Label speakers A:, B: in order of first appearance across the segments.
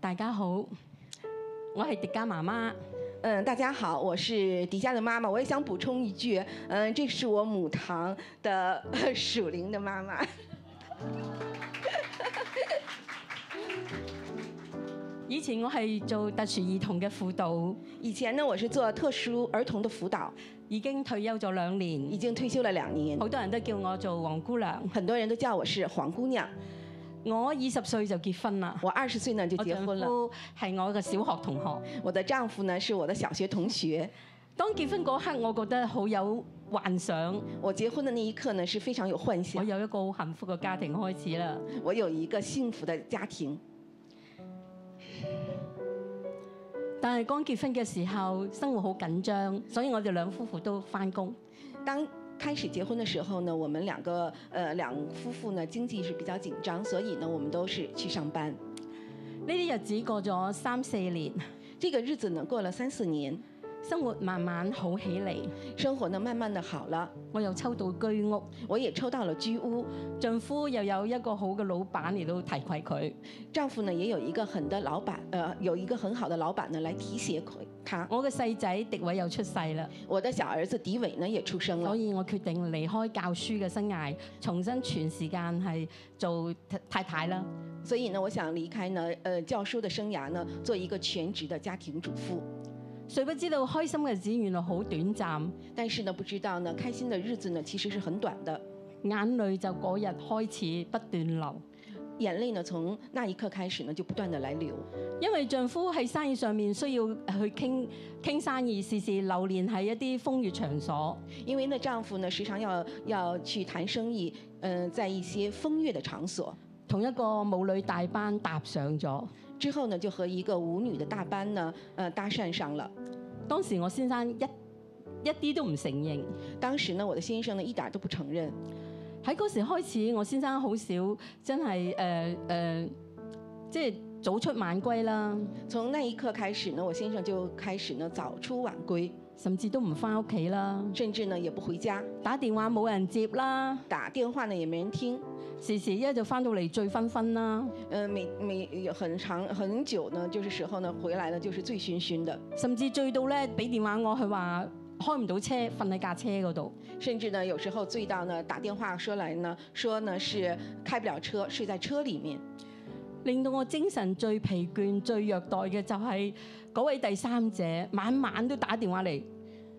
A: 大家好，我係迪迦媽媽。
B: 嗯，大家好，我是迪迦的妈妈。我也想补充一句，嗯，这是我母堂的 属灵的妈妈。
A: 以前我係做特殊兒童嘅輔導，
B: 以前呢，我是做特殊儿童的輔導，
A: 已經退休咗兩
B: 已
A: 年，
B: 经退休了两年。
A: 好多人都叫我做黃姑娘。
B: 很多人都叫我是黃姑娘。
A: 我二十歲就結婚啦，
B: 我二十岁呢就
A: 我
B: 哦结
A: 丈
B: 婚了，
A: 夫係我嘅小學同學。
B: 我的丈夫呢是我的小學同學。
A: 當結婚嗰刻，我覺得好有幻想，
B: 我结婚的那一刻呢是非常有幻
A: 我
B: 想，
A: 有一個好幸福嘅家庭開始啦。
B: 我有一个幸福的家庭。
A: 但係剛結婚嘅時候，生活好緊張，所以我哋兩夫婦都翻工。
B: 当开始结婚的时候呢，我们两个呃两夫妇呢经济是比较紧张，所以呢我们都是去上班。
A: 呢啲日子過咗三四年，
B: 这个日子呢过了三四年，
A: 生活慢慢好起嚟。
B: 生活呢慢慢的好了，
A: 我又抽到居屋，
B: 我也抽到了居屋，
A: 丈夫又有一個好嘅老闆嚟到提攜佢。
B: 丈夫呢也有一个很的老板，呃有一个很好的老板呢来提携佢他。
A: 我嘅細仔迪偉又出世啦，
B: 我的小儿子迪伟呢也出生
A: 所
B: 了，
A: 以我決定離開教書嘅生涯，重新全時間係做太太啦。
B: 所以呢我想离开呢呃教书的生涯呢做一个全职的家庭主妇。
A: 誰不知道開心嘅日子原來好短暫，
B: 但是呢不知道呢开心的日子呢其实是很短的，
A: 眼淚就嗰日開始不斷流，
B: 眼泪呢从那一刻开始呢就不断的来流。
A: 因為丈夫喺生意上面需要去傾傾生意，時時流連喺一啲風月場所。
B: 因为呢，丈夫呢时常要要去谈生意，嗯、在一些风月的场所。
A: 同一個舞女大班搭上咗。
B: 之后呢，就和一个舞女的大班呢，呃，搭讪上了。
A: 當時我先生一一啲都唔承認。
B: 当时呢，我的先生呢一点儿都不承认。
A: 喺嗰時開始，我先生好少真係誒誒，即係早出晚歸啦，
B: 从那一刻开始呢，我先生就开始呢早出晚归，
A: 甚至都唔翻屋企啦，
B: 甚至呢也不回家，
A: 打電話冇人接啦，
B: 打电话呢也没人听。
A: 時時一就翻到嚟醉醺醺啦，
B: 嗯、每每有很长很久呢，就是时候呢回来呢就是醉醺醺的，
A: 甚至醉到咧俾電話我，佢話開唔到車，瞓喺架車嗰度。
B: 甚至呢有时候醉到呢打电话说来呢说呢是开不了车，睡在车里面。
A: 令到我精神最疲倦、最虐待嘅就係嗰位第三者，晚晚都打電話嚟，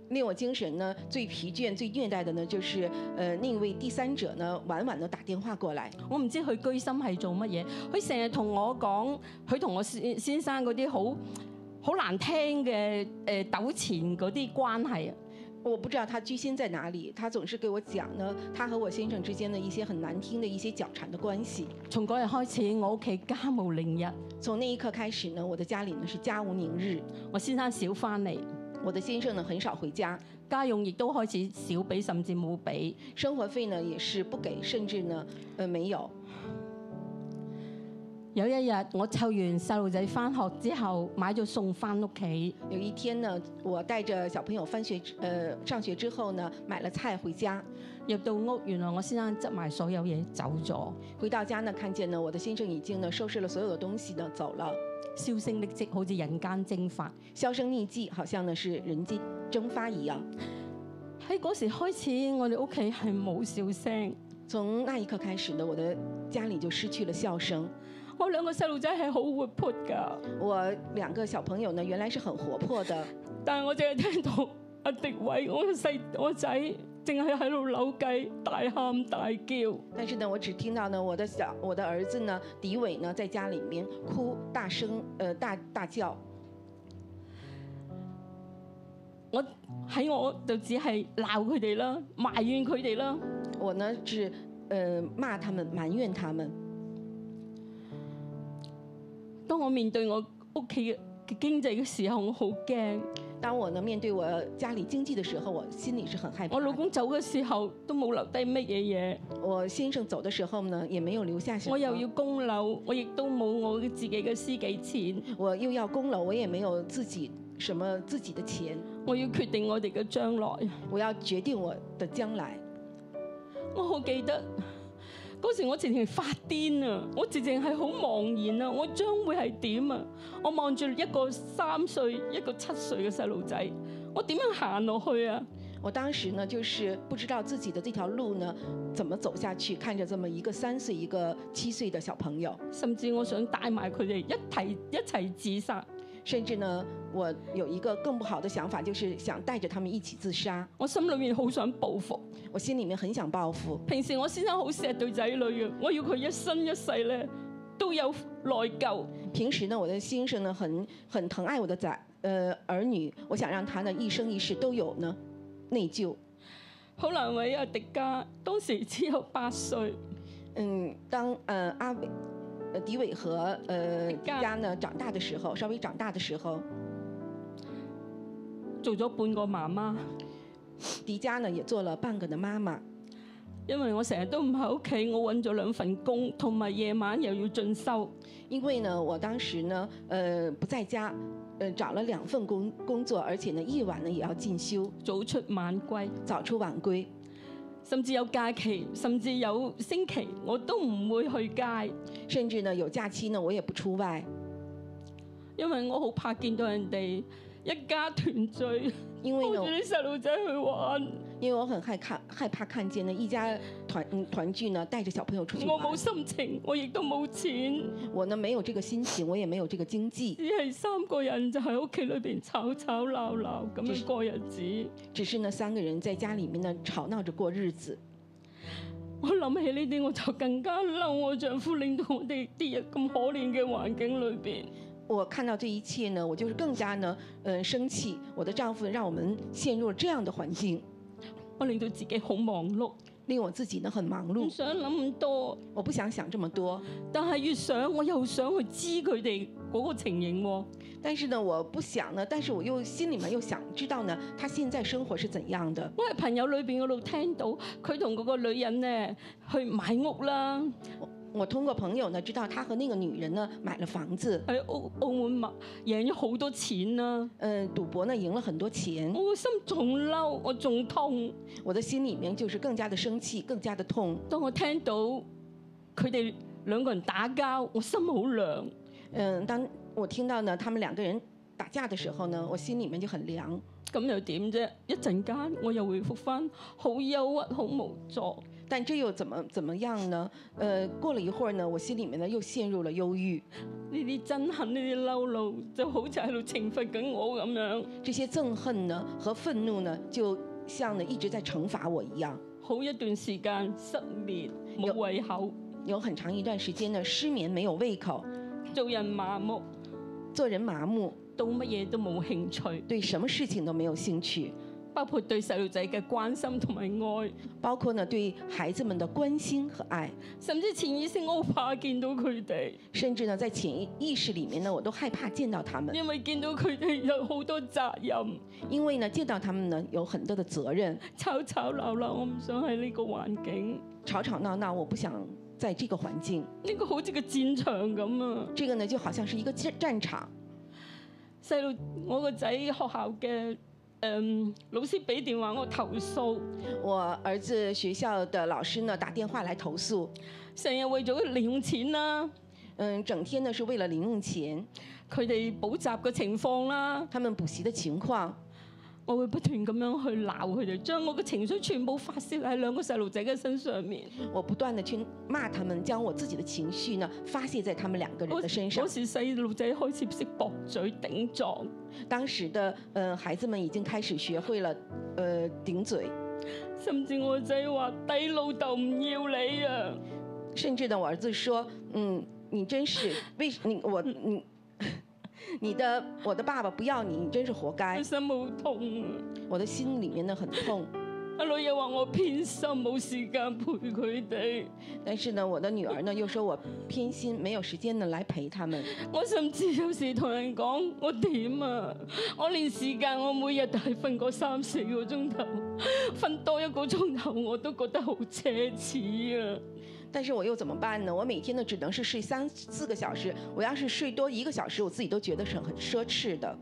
B: 令我精神呢最疲倦、最虐待的呢，就是呃那位第三者呢，晚晚都打电话过来，
A: 我唔知佢居心係做乜嘢，佢成日同我講，佢同我先先生嗰啲好好難聽嘅誒、呃、糾纏嗰啲關係，啊
B: 我不知道他居心在哪里，他总是给我讲呢，他和我先生之间的一些很难听的一些纠缠的关系。
A: 從嗰日開始，我屋企家無寧日，
B: 从那一刻开始呢，我的家里呢是家无宁日，
A: 我先生少翻嚟，
B: 我的先生呢很少回家，
A: 家用亦都開始少俾，甚至冇俾。
B: 生活费呢也是不给，甚至呢呃没有。
A: 有一日，我湊完細路仔翻學之後，買咗餸翻屋企，
B: 有一天呢，我带着小朋友翻学之呃上学之后呢，买了菜回家，
A: 入到屋，原來我先生執埋所有嘢走咗，
B: 回到家呢，看见呢我的先生已经呢收拾了所有的东西呢走了。
A: 銷聲匿跡，好似人間蒸發。
B: 销声匿迹，好像呢是人间蒸发一样。
A: 喺嗰時開始，我哋屋企係冇笑聲。
B: 从那一刻开始呢，我的家里就失去了笑声。
A: 我兩個細路仔係好活潑㗎，
B: 我两个小朋友呢，原来是很活潑的，
A: 但係我淨係聽到阿迪偉我個細我仔淨係喺度扭計，大喊大叫。
B: 但是呢，我只听到呢，我的小我的儿子呢，迪伟呢，在家里面哭，大声呃大大叫。
A: 我喺我就只係鬧佢哋啦，埋怨佢哋啦。
B: 我呢是呃骂他们，埋怨他们。
A: 當我面對我屋企嘅嘅經濟嘅時候，我好驚。
B: 当我呢面对我家里经济的时候，我心里是很害怕。
A: 我老公走嘅時候都冇留低乜嘢
B: 我先生走的时候呢，也没有留下什
A: 嘢，
B: 么。
A: 我又要供樓，我亦都冇我嘅自己嘅私己錢，
B: 我又要供楼，我也没有自己什么自己的钱。
A: 我要決定我哋嘅將來。
B: 我要决定我的将来。
A: 我好記得嗰時我直情發癲啊！我直情係好茫然啊！我將會係點啊？我望住一個三歲、一個七歲嘅細路仔，我點樣行落去啊？
B: 我当时呢，就是不知道自己的这条路呢怎么走下去，看着这么一个三岁、一个七岁的小朋友，
A: 甚至我想帶埋佢哋一齊一齊自殺。
B: 甚至呢，我有一个更不好的想法，就是想带着他们一起自杀。
A: 我心裏面好想報復。
B: 我心里面很想报复。
A: 平時我先生好錫對仔女嘅，我要佢一生一世咧都有內疚。
B: 平时呢，我的先生呢很很疼爱我的仔呃儿女，我想让他呢一生一世都有呢内疚。
A: 好難為啊！迪迦當時只有八歲，
B: 嗯，当呃阿伟、呃迪伟和呃迪
A: 迪迦
B: 迦呢长大的时候，稍微长大的时候，
A: 做咗半個媽媽，
B: 迪迦呢也做了半个的妈妈。
A: 因為我成日都唔喺屋企，我揾咗兩份工，同埋夜晚又要進修。
B: 因为呢，我当时呢，呃，不在家，呃，找了两份工工作，而且呢，夜晚呢也要进修，
A: 早出晚歸，
B: 早出晚归，
A: 甚至有假期，甚至有星期，我都唔會去街，
B: 甚至呢有假期呢，我也不出外，
A: 因為我好怕見到人哋一家團聚，
B: 因为
A: 抱
B: 呢
A: 住，啲細路仔去玩，
B: 因为我很害看害怕看见呢一家团嗯团聚呢，带着小朋友出去
A: 我
B: 玩
A: 冇心情，我亦都冇錢，
B: 我呢没有这个心情，我也没有这个经济，
A: 只係三個人就喺屋企裏邊吵吵鬧鬧咁樣過日子。
B: 只是呢三个人在家里面呢吵鬧着过日子。
A: 我諗起呢啲，我就更加嬲我丈夫，令到我哋跌入咁可憐嘅環境裏邊。
B: 我看到这一切呢，我就是更加呢，嗯、生气。我的丈夫让我们陷入了这样的环境，
A: 我令到自己好忙碌，
B: 令我自己呢很忙
A: 唔
B: 碌。
A: 想諗咁多，
B: 我不想想这么多，
A: 但係越想我又想去知佢哋嗰個情形喎。
B: 但是呢，我不想呢，但是我又心里面又想知道呢，他现在生活是怎样的。
A: 我喺朋友裏邊嗰度聽到佢同嗰個女人咧去買屋啦，
B: 我通过朋友呢知道他和那个女人呢买了房子，
A: 喺澳澳門買贏咗好多錢啦。
B: 嗯、赌博呢赢了很多钱。
A: 我個心仲嬲，我仲痛。
B: 我的心里面就是更加的生气，更加的痛。
A: 當我聽到佢哋兩個人打交，我心好涼。
B: 嗯、当我听到呢他们两个人打架的时候呢，我心里面就很凉。
A: 咁又點啫？一陣間我又回復翻，好憂鬱，好無助。
B: 但这又怎么怎么样呢？呃，过了一会儿呢，我心里面呢又陷入了忧郁，
A: 呢啲憎恨，呢啲嬲怒，就好似喺度懲罰緊我咁樣，
B: 这些憎恨呢和愤怒呢，就像呢一直在惩罚我一样。
A: 好一段時間失眠，冇
B: 有
A: 胃口，
B: 有很长一段时间呢，失眠，没有胃口，
A: 做人麻木，
B: 做人麻木，
A: 到乜嘢都冇興趣，
B: 对什么事情都没有兴趣，
A: 包括對細路仔嘅關心同埋愛，
B: 包括呢对孩子们的關心和愛，
A: 甚至潛意識我好怕見到佢哋，
B: 甚至呢在潛意識里面呢，我都害怕見到他们，
A: 因為見到佢哋有好多責任，
B: 因为呢见到他们呢有很多的责任，
A: 吵吵鬧鬧，我唔想喺呢個環境，呢、
B: 吵吵鬧鬧，我不想在这个环境，
A: 個好似個戰場咁啊！
B: 这个呢就好像是一个战战场。
A: 細路，我個仔學校嘅誒、嗯老師俾電話我投訴，
B: 我儿子学校的老师呢打电话来投诉，
A: 成日為咗零用錢啦，
B: 嗯，整天呢是为了零用钱，
A: 佢哋補習嘅情況啦，
B: 他们补习的情况，
A: 我會不斷咁樣去鬧佢哋，將我嘅情緒全部發泄喺兩個細路仔嘅身上面。
B: 我不断的去骂他们，将我自己的情绪呢发泄在他们两个人
A: 嗰
B: 的身上
A: 嗰。時細路仔開始識駁嘴頂撞，
B: 当时的呃孩子们已经开始学会了呃顶嘴，
A: 甚至我個仔話：低老豆唔要你啊！
B: 甚至呢我儿子说，嗯，你真是为你我你 你的我的爸爸不要你，你真是活
A: 個
B: 该。
A: 心好痛啊！
B: 我的心里面呢很痛，
A: 阿女又話我偏心，冇時間陪佢哋。
B: 但是呢我的女儿呢又说我偏心，没有时间呢来陪他们。
A: 我甚至有時同人講我點啊！我連時間我每日都係瞓個三四個鐘頭，瞓多一個鐘頭我都覺得好奢侈啊！
B: 但是我又怎么办呢？我每天呢只能是睡三四个小时，我要是睡多一个小时，我自己都觉得是很奢侈的。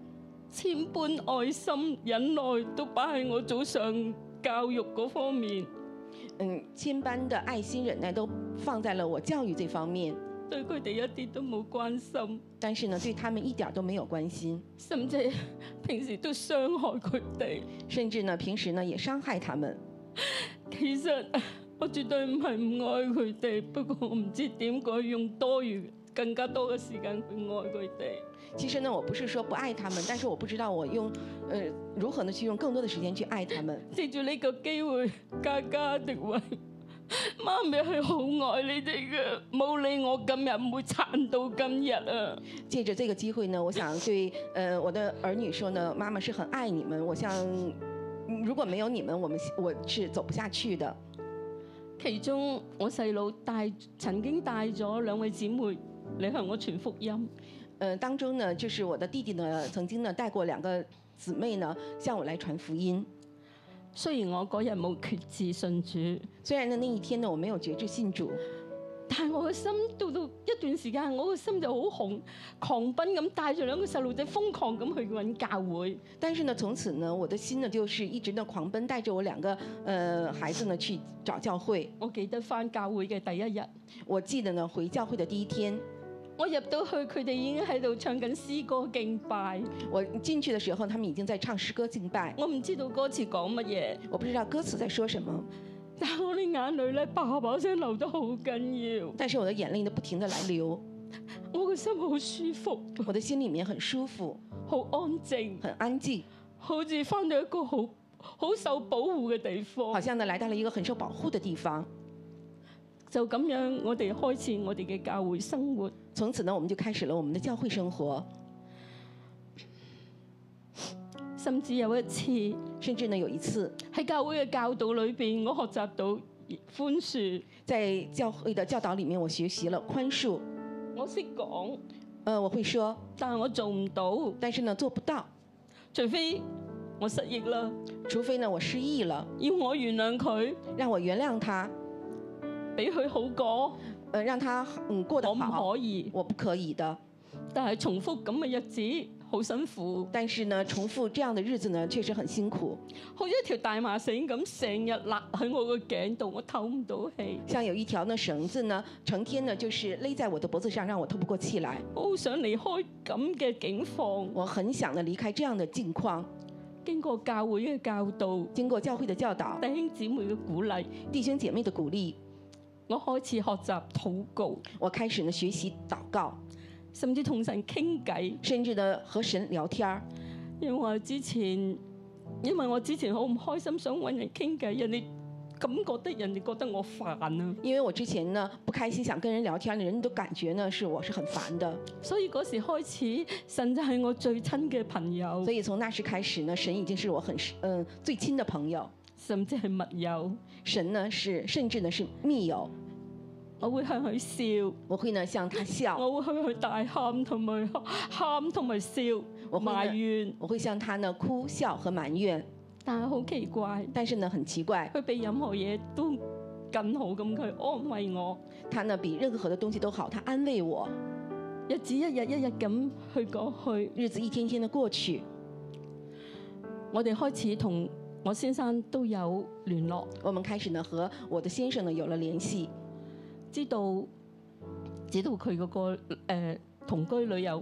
A: 千般愛心忍耐都擺喺我早上教育嗰方面，
B: 嗯，千般的爱心忍耐都放在了我教育这方面，
A: 對佢哋一啲都冇關心，
B: 但是呢，对他们一点儿都没有关心，
A: 甚至係平時都傷害佢哋。
B: 甚至呢，平时呢也伤害他们。
A: 其實我絕對唔係唔愛佢哋，不過我唔知點解用多餘更加多嘅時間去愛佢哋。
B: 其实呢，我不是说不爱他们，但是我不知道我用，呃，如何呢去用更多的时间去爱他们。
A: 藉住呢個機會，家家迪位，媽咪係好愛你哋嘅，冇理我今日唔會撐到今日啊！
B: 借着这个机会呢，我想对呃我的儿女说呢，妈妈是很爱你们，我想。嗯如果没有你们，我们我是走不下去的。
A: 其中我細佬帶曾經帶咗兩位姊妹嚟向我傳福音，
B: 呃，当中呢，就是我的弟弟呢，曾经呢带过两个姊妹呢，向我来传福音。
A: 雖然我嗰日冇決志信主，
B: 虽然呢那一天呢，我没有决志信主，
A: 但係我嘅心到到一段時間，我嘅心就好紅狂奔咁帶住兩個細路仔瘋狂咁去揾教會。
B: 但是呢，从此呢，我的心呢就是一直呢狂奔，带着我两个呃孩子呢去找教会。
A: 我記得翻教會嘅第一日，
B: 我记得呢回教会的第一天，
A: 我入到去佢哋已經喺度唱緊詩歌敬拜，
B: 我进去的时候，他们已经在唱诗歌敬拜，
A: 我唔知道歌詞講乜嘢，
B: 我不知道歌词在说什么，
A: 但係我啲眼淚咧叭叭聲流得好緊要，
B: 但是我的眼泪呢不停的来流，
A: 我個心好舒服，
B: 我的心里面很舒服，
A: 好安靜。
B: 很安静，
A: 好似翻到一個好好受保護嘅地
B: 好
A: 方。
B: 像呢来到了一个很受保护的地方。
A: 就咁樣，我哋開始我哋嘅教會生活。
B: 从此呢，我们就开始了我们的教会生活，
A: 甚至有一次
B: 甚至呢有一次
A: 喺教會嘅教導裏邊，我學習到寬恕，
B: 在教会的教导里面，我学习了宽恕，
A: 我識講，
B: 呃，我会说，
A: 但係我做唔到，
B: 但是呢做不到，
A: 除非我失憶啦，
B: 除非呢我失忆了，
A: 要我原諒佢，
B: 让我原谅他，
A: 俾佢好過，
B: 呃，让他嗯过
A: 我
B: 得好，
A: 唔可以。
B: 我不可以的。
A: 但係重複咁嘅日子好辛苦，
B: 但是呢，重复这样的日子呢，确实很辛苦，
A: 好似一條大麻繩咁，成日勒喺我個頸度，我透唔到氣，
B: 像有一条呢绳子呢，成天呢就是勒在我的脖子上，让我透不过气来。
A: 我好想離開咁嘅境況。
B: 我很想呢离开这样的境况。
A: 經過教會嘅教導、
B: 经过教会的教导，
A: 弟兄姊妹嘅鼓勵，
B: 弟兄姐妹的鼓励，
A: 我開始學習禱告，
B: 我开始呢学习祷告，
A: 甚至同神傾偈。
B: 甚至呢和神聊天儿。
A: 因為之前，因為我之前好唔開心，想揾人傾偈，人哋感覺得人哋覺得我煩啊，
B: 因为我之前呢不开心，想跟人聊天儿，人都感觉呢是我是很烦的。
A: 所以嗰時開始，神就係我最親嘅朋友
B: 所，以从那时开始呢，神已经是我很嗯、最亲的朋友。
A: 甚至係密友。
B: 神呢是甚至呢是密友，
A: 我會向佢笑，
B: 我会呢向他笑，
A: 我會向佢大喊同埋喊同埋笑
B: 我會呢
A: 埋怨，
B: 我会向他呢哭笑和埋怨。
A: 但係好奇怪，
B: 但是呢很奇怪，
A: 佢比任何嘢都更好咁，佢安慰我。
B: 他呢比任何的东西都好，他安慰我。
A: 日子一日一日咁去過去，
B: 日子一天天的过去，
A: 我哋開始同我先生都有聯絡，
B: 我们开始呢和我的先生呢有了联系，
A: 知道知道佢嗰、個、呃、同居女友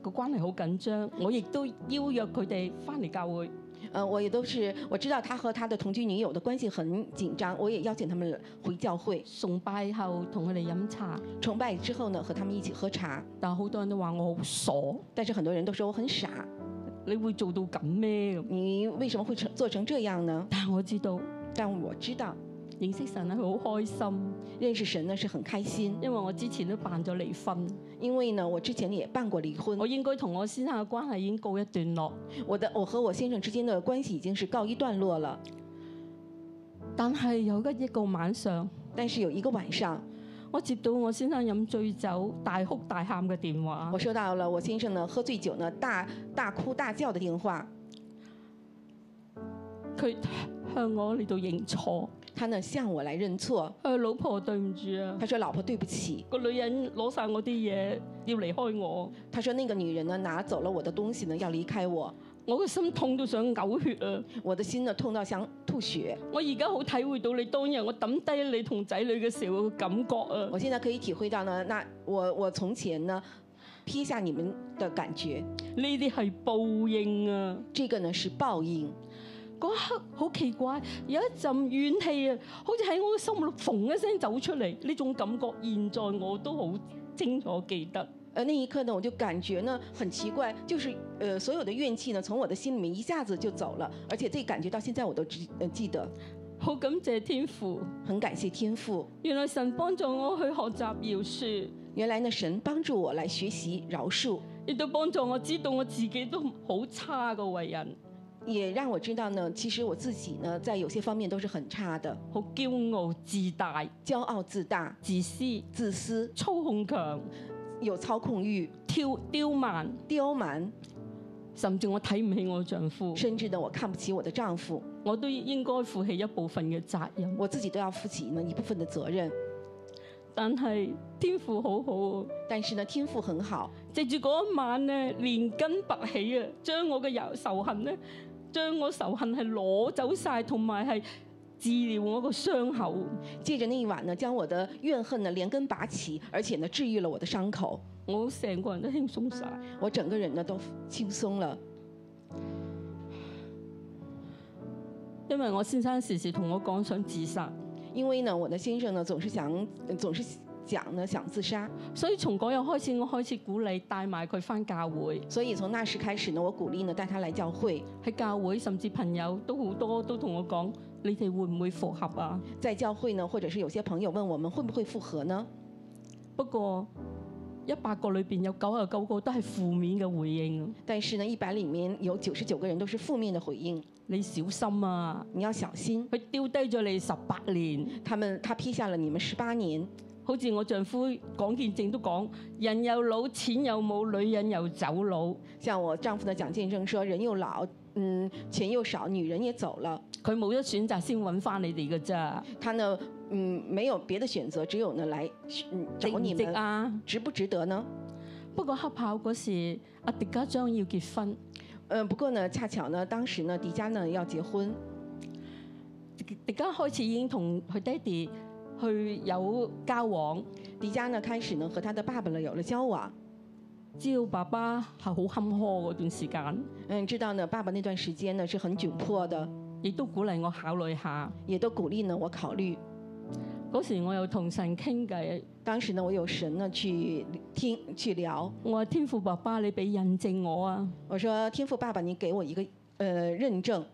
A: 個關係好緊張，我亦都邀約佢哋翻嚟教會。
B: 呃，我也都是我知道他和他的同居女友的关系很紧张，我也邀请他们回教会
A: 崇拜後同佢哋飲茶，
B: 崇拜之后呢和他们一起喝茶，
A: 但好多人都話我好傻，
B: 但是很多人都说我很傻，
A: 你會做到咁咩咁？
B: 你为什么会成做成这样呢？
A: 但我知道
B: 但我知道
A: 認識神係好開心，
B: 认识神呢是很开心，
A: 因為我之前都辦咗離婚，
B: 因为呢我之前也办过离婚
A: 我，應該同我先生嘅關係已經告一段落。
B: 我的我和我先生之间的关系已经是告一段落了。
A: 但係有一一個晚上。
B: 但是有一个晚上，
A: 我接到我先生飲醉酒大哭大喊嘅電話
B: 我，收到了我先生呢喝醉酒呢大大哭大叫的电话，
A: 佢向我嚟到認錯，
B: 他呢向我来认错，
A: 佢話老婆對唔住啊，
B: 他说老婆对不起，
A: 個女人攞晒我啲嘢要離開我，
B: 他说那个女人呢拿走了我的东西呢要离开我，
A: 我個心痛到想嘔血啊！
B: 我的心呢痛到想吐血。
A: 我而家好體會到你當日我抌低你同仔女嘅時候嘅感覺啊！
B: 我现在可以体会到呢，那我我从前呢撇下你们的感觉，
A: 呢啲係報應啊！
B: 这个呢是报应。
A: 嗰一刻好奇怪，有一陣怨氣啊，好似喺我嘅心裏縫一聲走出嚟，呢種感覺現在我都好清楚記得。
B: 呃，那一刻呢，我就感觉呢很奇怪，就是呃所有的怨气呢从我的心里面一下子就走了，而且这感觉到现在我都记呃记得，
A: 好感謝天父，
B: 很感谢天父。
A: 原來神幫助我去學習饒恕，
B: 原来呢神帮助我来学习饶恕，
A: 亦都幫助我知道我自己都好差個為人，
B: 也让我知道呢，其实我自己呢在有些方面都是很差的，
A: 好驕傲、自大、
B: 骄傲自大、
A: 自私、
B: 自私、
A: 操控強、
B: 有操控欲、
A: 挑刁蠻，
B: 刁蛮，
A: 甚至我睇唔起我丈夫，
B: 甚至呢我看不起我的丈夫。
A: 我都應該負起一部分嘅責任。
B: 我自己都要负起呢一部分的责任。
A: 但係天父好好、啊。
B: 但是呢，天赋很好，
A: 藉住嗰一晚咧，連根拔起啊，將我嘅仇仇恨咧，將我仇恨係攞走晒，同埋係治療我個傷口。
B: 借着那一晚呢，将我的怨恨呢连根拔起，而且呢治愈了我的伤口，
A: 我成個人都輕鬆晒。
B: 我整个人呢都轻松了，
A: 因為我先生時時同我講想自殺，
B: 因为呢我的先生呢总是想总是想呢想自杀，
A: 所以從嗰日開始，我開始鼓勵帶埋佢翻教會，
B: 所以从那时开始呢，我鼓励呢带他来教会，
A: 喺教會甚至朋友都好多都同我講：你哋會唔會復合啊？
B: 在教会呢，或者是有些朋友问我们会不会复合呢？
A: 不過一百個裏邊有九十九個都係負面嘅回應，
B: 但是呢，一百里面有九十九个人都是负面的回应，
A: 你小心啊！
B: 你要小心。
A: 佢丟低咗你十八年，
B: 他们他批下了你们十八年，
A: 好似我丈夫講見證都講，人又老，錢又冇，女人又走佬。
B: 像我丈夫呢蒋建正说，人又老，嗯，钱又少，女人也走了，
A: 佢冇得選擇先揾翻你哋嘅咋，
B: 他呢，嗯，没有别的选择，只有呢来嗯
A: 值
B: 找
A: 唔
B: 你
A: 值
B: 们，
A: 啊？
B: 值不值得呢？
A: 不過黑豹嗰時，阿迪家將要結婚，
B: 嗯，不过呢，恰巧呢，当时呢，迪迦呢要结婚，
A: 迪迪家開始已經同佢爹哋去有交往，
B: 迪迦呢开始呢和他的爸爸呢有了交往，
A: 知道爸爸係好坎坷嗰段時間，
B: 嗯，知道呢，爸爸那段时间呢是很窘迫的，
A: 亦都鼓勵我考慮下。
B: 也都鼓励呢我考虑。
A: 嗰時我又同神傾偈，
B: 当时呢，我有神呢去听去聊，
A: 我話天父爸爸，你俾印證我啊！
B: 我说天父爸爸，你给我一个呃认证，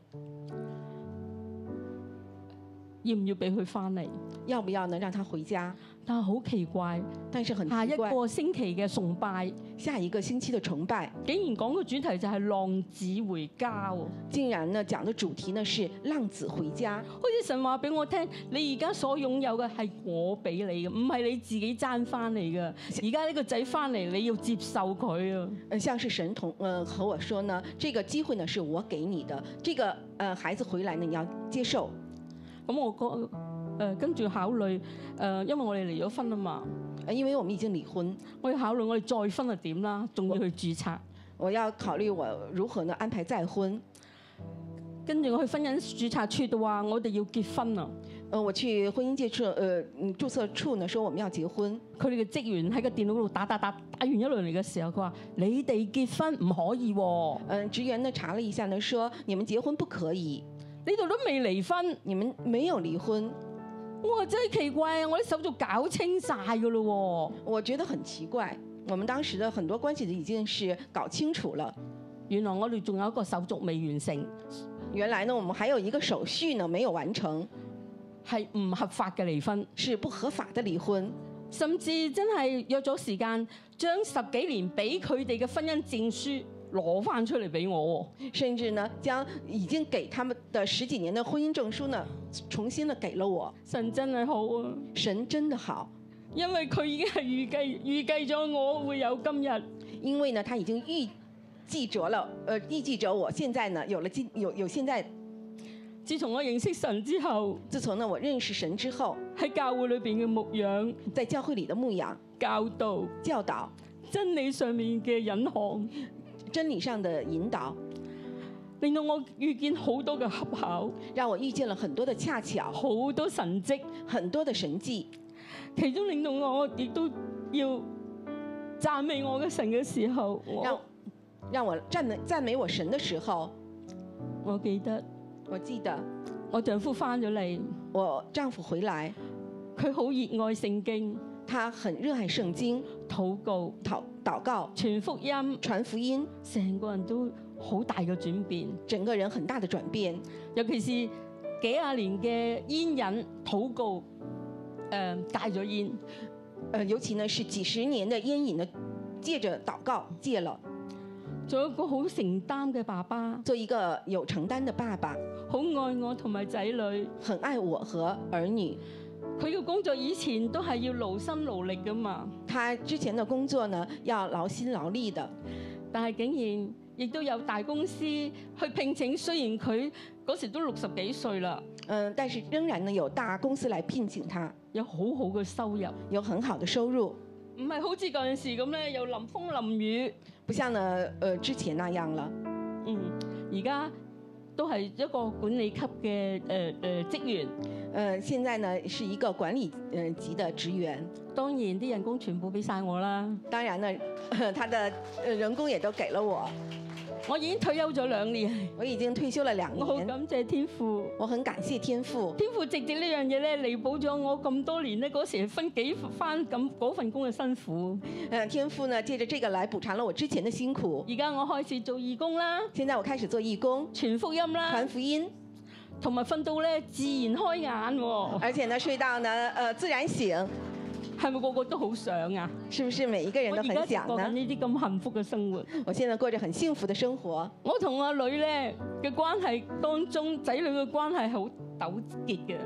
A: 要唔要俾佢翻嚟？
B: 要不要呢让他回家？
A: 但係啊好奇怪，
B: 但是很
A: 下
B: 奇
A: 啊一
B: 怪，
A: 個星期嘅崇拜，
B: 下一个星期的崇拜
A: 竟然講嘅主題就係浪子回家喎。
B: 竟然呢讲的主题呢是浪子回家，
A: 好似神話俾我聽，你而家所擁有嘅係我俾你嘅，唔係你自己爭翻嚟嘅。而家呢個仔翻嚟，你要接受佢啊！
B: 嗯，像是神同呃和我说呢，这个机会呢是我给你的，这个呃孩子回来呢你要接受。
A: 咁我個誒跟住考慮誒、呃因為我哋離咗婚啊嘛，
B: 呃，因为我们已经离婚，
A: 我要考慮我哋再婚係點啦，仲要去註冊。
B: 我要考虑我如何呢安排再婚。
A: 跟住我去婚姻註冊處度話，我哋要結婚啊！
B: 呃，我去婚姻介册呃嗯注册处呢说我们要结婚，
A: 佢哋嘅職員喺個電腦度打打打打完一輪嚟嘅時候，佢話：你哋結婚唔可以喎、
B: 嗯、职员呢查了一下呢说你们结婚不可以，
A: 你哋都未離婚。
B: 你们没有离婚，
A: 我話真係奇怪啊！我啲手續搞清晒㗎咯
B: 我觉得很奇怪。我们当时的很多关系已经是搞清楚了。
A: 喎，原來我哋仲有一個手續未完成，
B: 原来呢，我们还有一个手续呢没有完成，
A: 係唔合法嘅離婚，
B: 是不合法的离婚，
A: 甚至真係約咗時間，將十幾年俾佢哋嘅婚姻證書攞翻出嚟俾我
B: 甚至呢将已经给他们的十几年的婚姻证书呢重新的给了我。
A: 喎。神真係好啊，
B: 神真的好，
A: 因為佢已經係預計 預計咗我會有今日。
B: 因为呢他已经预记着了，呃预记着我现在呢有了今有有现在，
A: 自從我認識神之後，
B: 自从呢我认识神之后，
A: 喺教會裏邊嘅牧養、
B: 在教会里的牧养、
A: 教導、
B: 教导、
A: 真理上面嘅引航，
B: 真理上的引导，
A: 令到我遇見好多嘅恰巧，
B: 让我遇见了很多的恰巧，
A: 好多神蹟，
B: 很多的神迹。
A: 其中令到我亦都要讚美我嘅神嘅時候，
B: 让
A: 我
B: 让我赞美赞美我神的时候，
A: 我記得
B: 我记得
A: 我丈夫翻咗嚟，
B: 我丈夫回来，
A: 佢好熱愛聖經、
B: 他很热爱圣经、
A: 禱告、
B: 祷祷告、
A: 傳福音，
B: 传福音，
A: 成個人都好大嘅轉變。
B: 整个人很大的转变。
A: 尤其是幾廿年嘅煙癮、禱告，誒、戒咗煙，
B: 呃，尤其呢是几十年的烟瘾的，借着祷告戒了，
A: 做一個好承擔嘅爸爸，
B: 做一个有承担的爸爸，
A: 好愛我同埋仔女。
B: 很爱我和儿女。
A: 佢嘅工作以前都係要勞心勞力噶嘛，
B: 他之前的工作呢，要劳心劳力的，
A: 但係竟然亦都有大公司去聘請，雖然佢嗰時都六十幾歲啦，
B: 嗯，但是仍然呢有大公司来聘请他，
A: 有好好嘅收入，
B: 有很好的收入，
A: 唔係好似嗰陣時咁咧，又淋風淋雨。
B: 不像呢呃之前那样了。
A: 嗯，而家都係一個管理級嘅誒誒職員。
B: 呃，现在呢是一个管理呃级的职员，
A: 當然啲人工全部俾晒我啦。
B: 当然呢， 他的呃人工也都给了我，
A: 我已經退休咗兩年，
B: 我已经退休了两
A: 我好
B: 年，
A: 感謝天父。
B: 我很感謝天父。
A: 天父直接呢樣嘢咧，彌補咗我咁多年咧嗰時分幾番咁嗰份工嘅辛苦。
B: 嗯，天父呢，借着这个来補償了我之前的辛苦。
A: 而家我開始做義工啦，
B: 现在我开始做义工，
A: 傳福音啦
B: 傳，福音，
A: 同埋瞓到咧自然開眼喎，
B: 而且呢，睡到呢，呃，自然醒，
A: 係咪個個都好想啊？
B: 是不是每一个人
A: 我
B: 都
A: 而
B: 很
A: 家
B: 想
A: 就過緊
B: 呢？
A: 呢啲咁幸福嘅生活。
B: 我现在过着很幸福的生活，
A: 我同阿女咧嘅關係當中，仔女嘅關係好糾結嘅，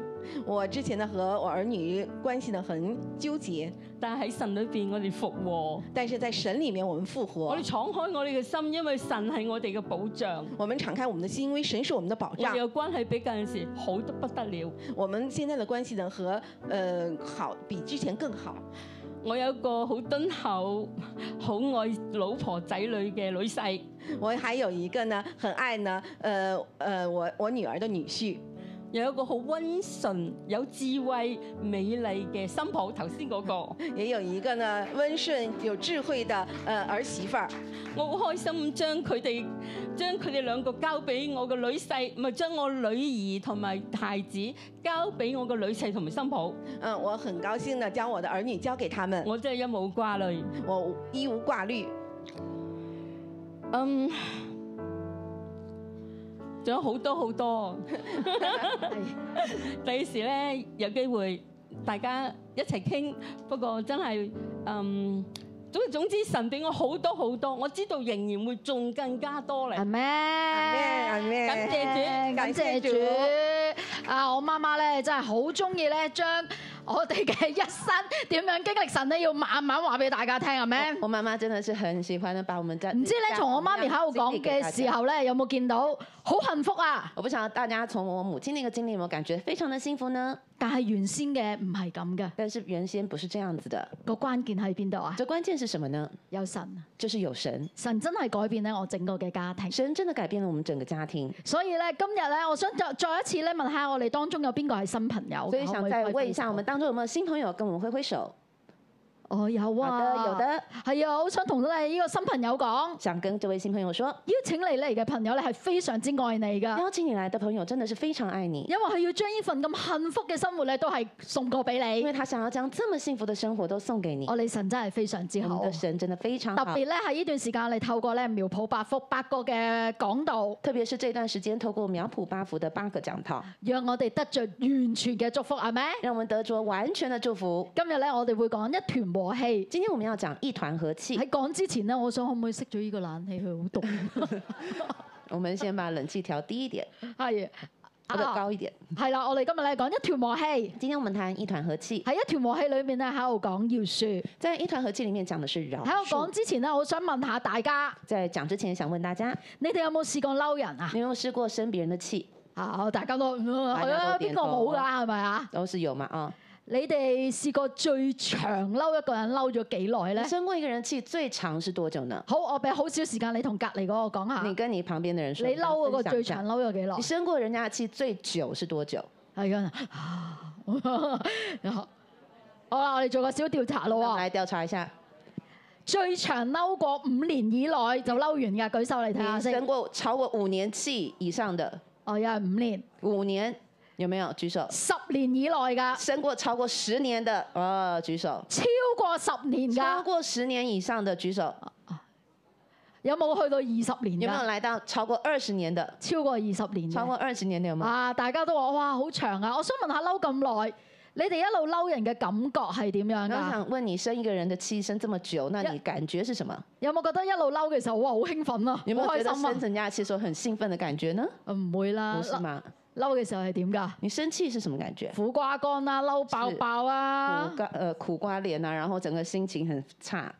B: 我之前呢和我儿女关系呢很糾結，
A: 但係喺神裏邊我哋復和。
B: 但是在神里面我们复
A: 我
B: 活
A: 哋，敞開我哋嘅心，因為神係我哋嘅保障。
B: 我们敞开我们的心，因为神是我们的保
A: 我
B: 障
A: 哋。嘅關係比嗰陣時好得不得了。
B: 我们现在的关系呢和呃好比之前更好。
A: 我有一個好敦厚、好愛老婆仔女嘅女婿，
B: 我还有一个呢很爱呢呃呃我我女儿的女婿，
A: 有一個好温順、有智慧、美麗嘅新抱。頭先嗰個，
B: 也有一个呢温顺有智慧的呃儿媳妇儿。
A: 我好開心將佢哋將佢哋兩個交俾我嘅女婿，唔係將我女兒同埋孩子交俾我嘅女婿同埋新抱。
B: 嗯，我很高兴呢将我的儿女交给他们，
A: 我真係一無掛慮。
B: 我一无挂虑。
A: 嗯，仲有好多好多。
C: 哎
A: 第時咧有機會大家一齊傾，不過真係嗯。總總之，神俾我好多好多，我知道仍然會仲更加多嚟
C: 阿。咩？
B: 阿咩
A: 感謝主
C: 哎感
B: 感謝
C: 謝
B: 主
C: 主。啊，我媽媽咧真係好中意咧，將我哋嘅一生點樣經歷神咧，要慢慢話俾大家聽，係咩？
D: 我妈妈真的是很喜欢的，把我们家
C: 唔知咧，從我媽咪喺度講嘅時，候咧，有冇見到好幸福啊？
D: 我不晓得大家从我母亲那个经历有没有感觉非常的幸福呢？
C: 但係原先嘅唔係咁嘅，
D: 但是原先不是这样子的，
C: 個關鍵喺邊度啊？
D: 这关键是什么呢？
C: 有神，啊
D: 就是有神，
C: 神真係改變咧我整個嘅家庭。
D: 神真的改变了我们整个家庭。
C: 所以咧，今日咧，我想再再一次咧問下我哋當中有邊個係新朋友？
D: 所以
C: 可唔可
D: 想
C: 以
D: 再
C: 揮
D: 问一
C: 揮手
D: 下，我们当中有没有新朋友跟我们挥挥手？
C: 哦，有
D: 好
C: 啊，
D: 的，有的。
C: 係啊，好想同你呢個新朋友講，
D: 想跟这位新朋友说，
C: 邀請你嚟嘅朋友咧係非常之愛你噶，
D: 邀请你来的朋友真的是非常爱你，
C: 因為佢要將呢份咁幸福嘅生活咧都係送過俾
D: 因
C: 你。
D: 为他想要将这么幸福的生活都送给你。
C: 我哋神真係非常之
D: 我
C: 哦好
D: 们，的神真的非常
C: 特
D: 好
C: 別，咧喺呢段時間，我哋透過咧苗圃百福八個嘅講道，
D: 特别是这段时间透过苗圃八福的八个讲堂，
C: 讓我哋得着完全嘅祝福，係咪？
D: 让我们得着完全的祝福。
C: 今日咧我哋會講一團和氣。
D: 今天我们要讲一团和气，
C: 喺講之前咧，我想可唔可以熄咗呢個冷氣？佢好 凍。
D: 我们先把冷气调低一点，
C: 係
D: 或者
C: 啊，
D: 高一點。
C: 係啦，我哋今日咧講一團和氣。
D: 今天我们谈一团和气，
C: 喺一團和氣裏面咧，喺度講要恕。
D: 在一团和氣里面讲的是饶
C: 喺我講
D: 恕。
C: 之前咧，我想問下大家，
D: 在講之前，想問大家，
C: 你哋有冇試過嬲人啊？
D: 你有沒有試過生別人的氣？
C: 啊，大家都係
D: 大家
C: 啊，
D: 都
C: 邊
D: 點
C: 個
D: 頭
C: 冇㗎？係咪啊？
D: 都是有嘛啊、
C: 你哋試過最長嬲一個人嬲咗幾耐
D: 你
C: 咧？
D: 生过一个人气最长是多久呢？
C: 好，我俾好少時間你同隔離嗰個講下，
D: 你跟你旁边的人说，
C: 啊你嬲嗰個最長
D: 长，
C: 嬲咗幾耐
D: 你？生过人家的气最久是多久？
C: 係啊， 好啦，我哋做個小調查
D: 我
C: 咯
D: 们
C: 喎，
D: 来调查一
C: 啊
D: 下，
C: 最長嬲過五年以內就嬲完㗎，舉手嚟睇下
D: 你生
C: 先。
D: 过超過五年气以上的，
C: 哦，有人五年、
D: 五年有没有？举手。
C: 十年以內㗎，
D: 生过超过十年的，呃，举手。
C: 超過十年
D: 超
C: 㗎，
D: 过十年以上的举手，
C: 有冇去到二十
D: 有
C: 年
D: 没有
C: 㗎？
D: 来到超过二十年的？
C: 超過二十年
D: 超
C: 㗎
D: 过。二十年的有冇？
C: 啊！大家都話哇，好長啊！我想問下嬲咁耐，你哋一路嬲人嘅感覺係點樣
D: 我
C: 㗎？
D: 想问你，生一个人的气生这么久，那
C: 呀
D: 你感觉是什么？
C: 有冇覺得一路嬲嘅時候哇，好興奮啊，
D: 有没
C: 好
D: 有觉
C: 開
D: 得
C: 心
D: 生
C: 啊？
D: 人家的气时候很兴奋的感觉呢？
C: 唔會啦
D: 不，是
C: 啊
D: 吗？
C: 嬲嘅時候係點㗎？
D: 你生气是什么感觉？
C: 苦瓜乾啦，嬲爆爆啊
D: 苦！瓜呃苦瓜脸啊，然后整个心情很差。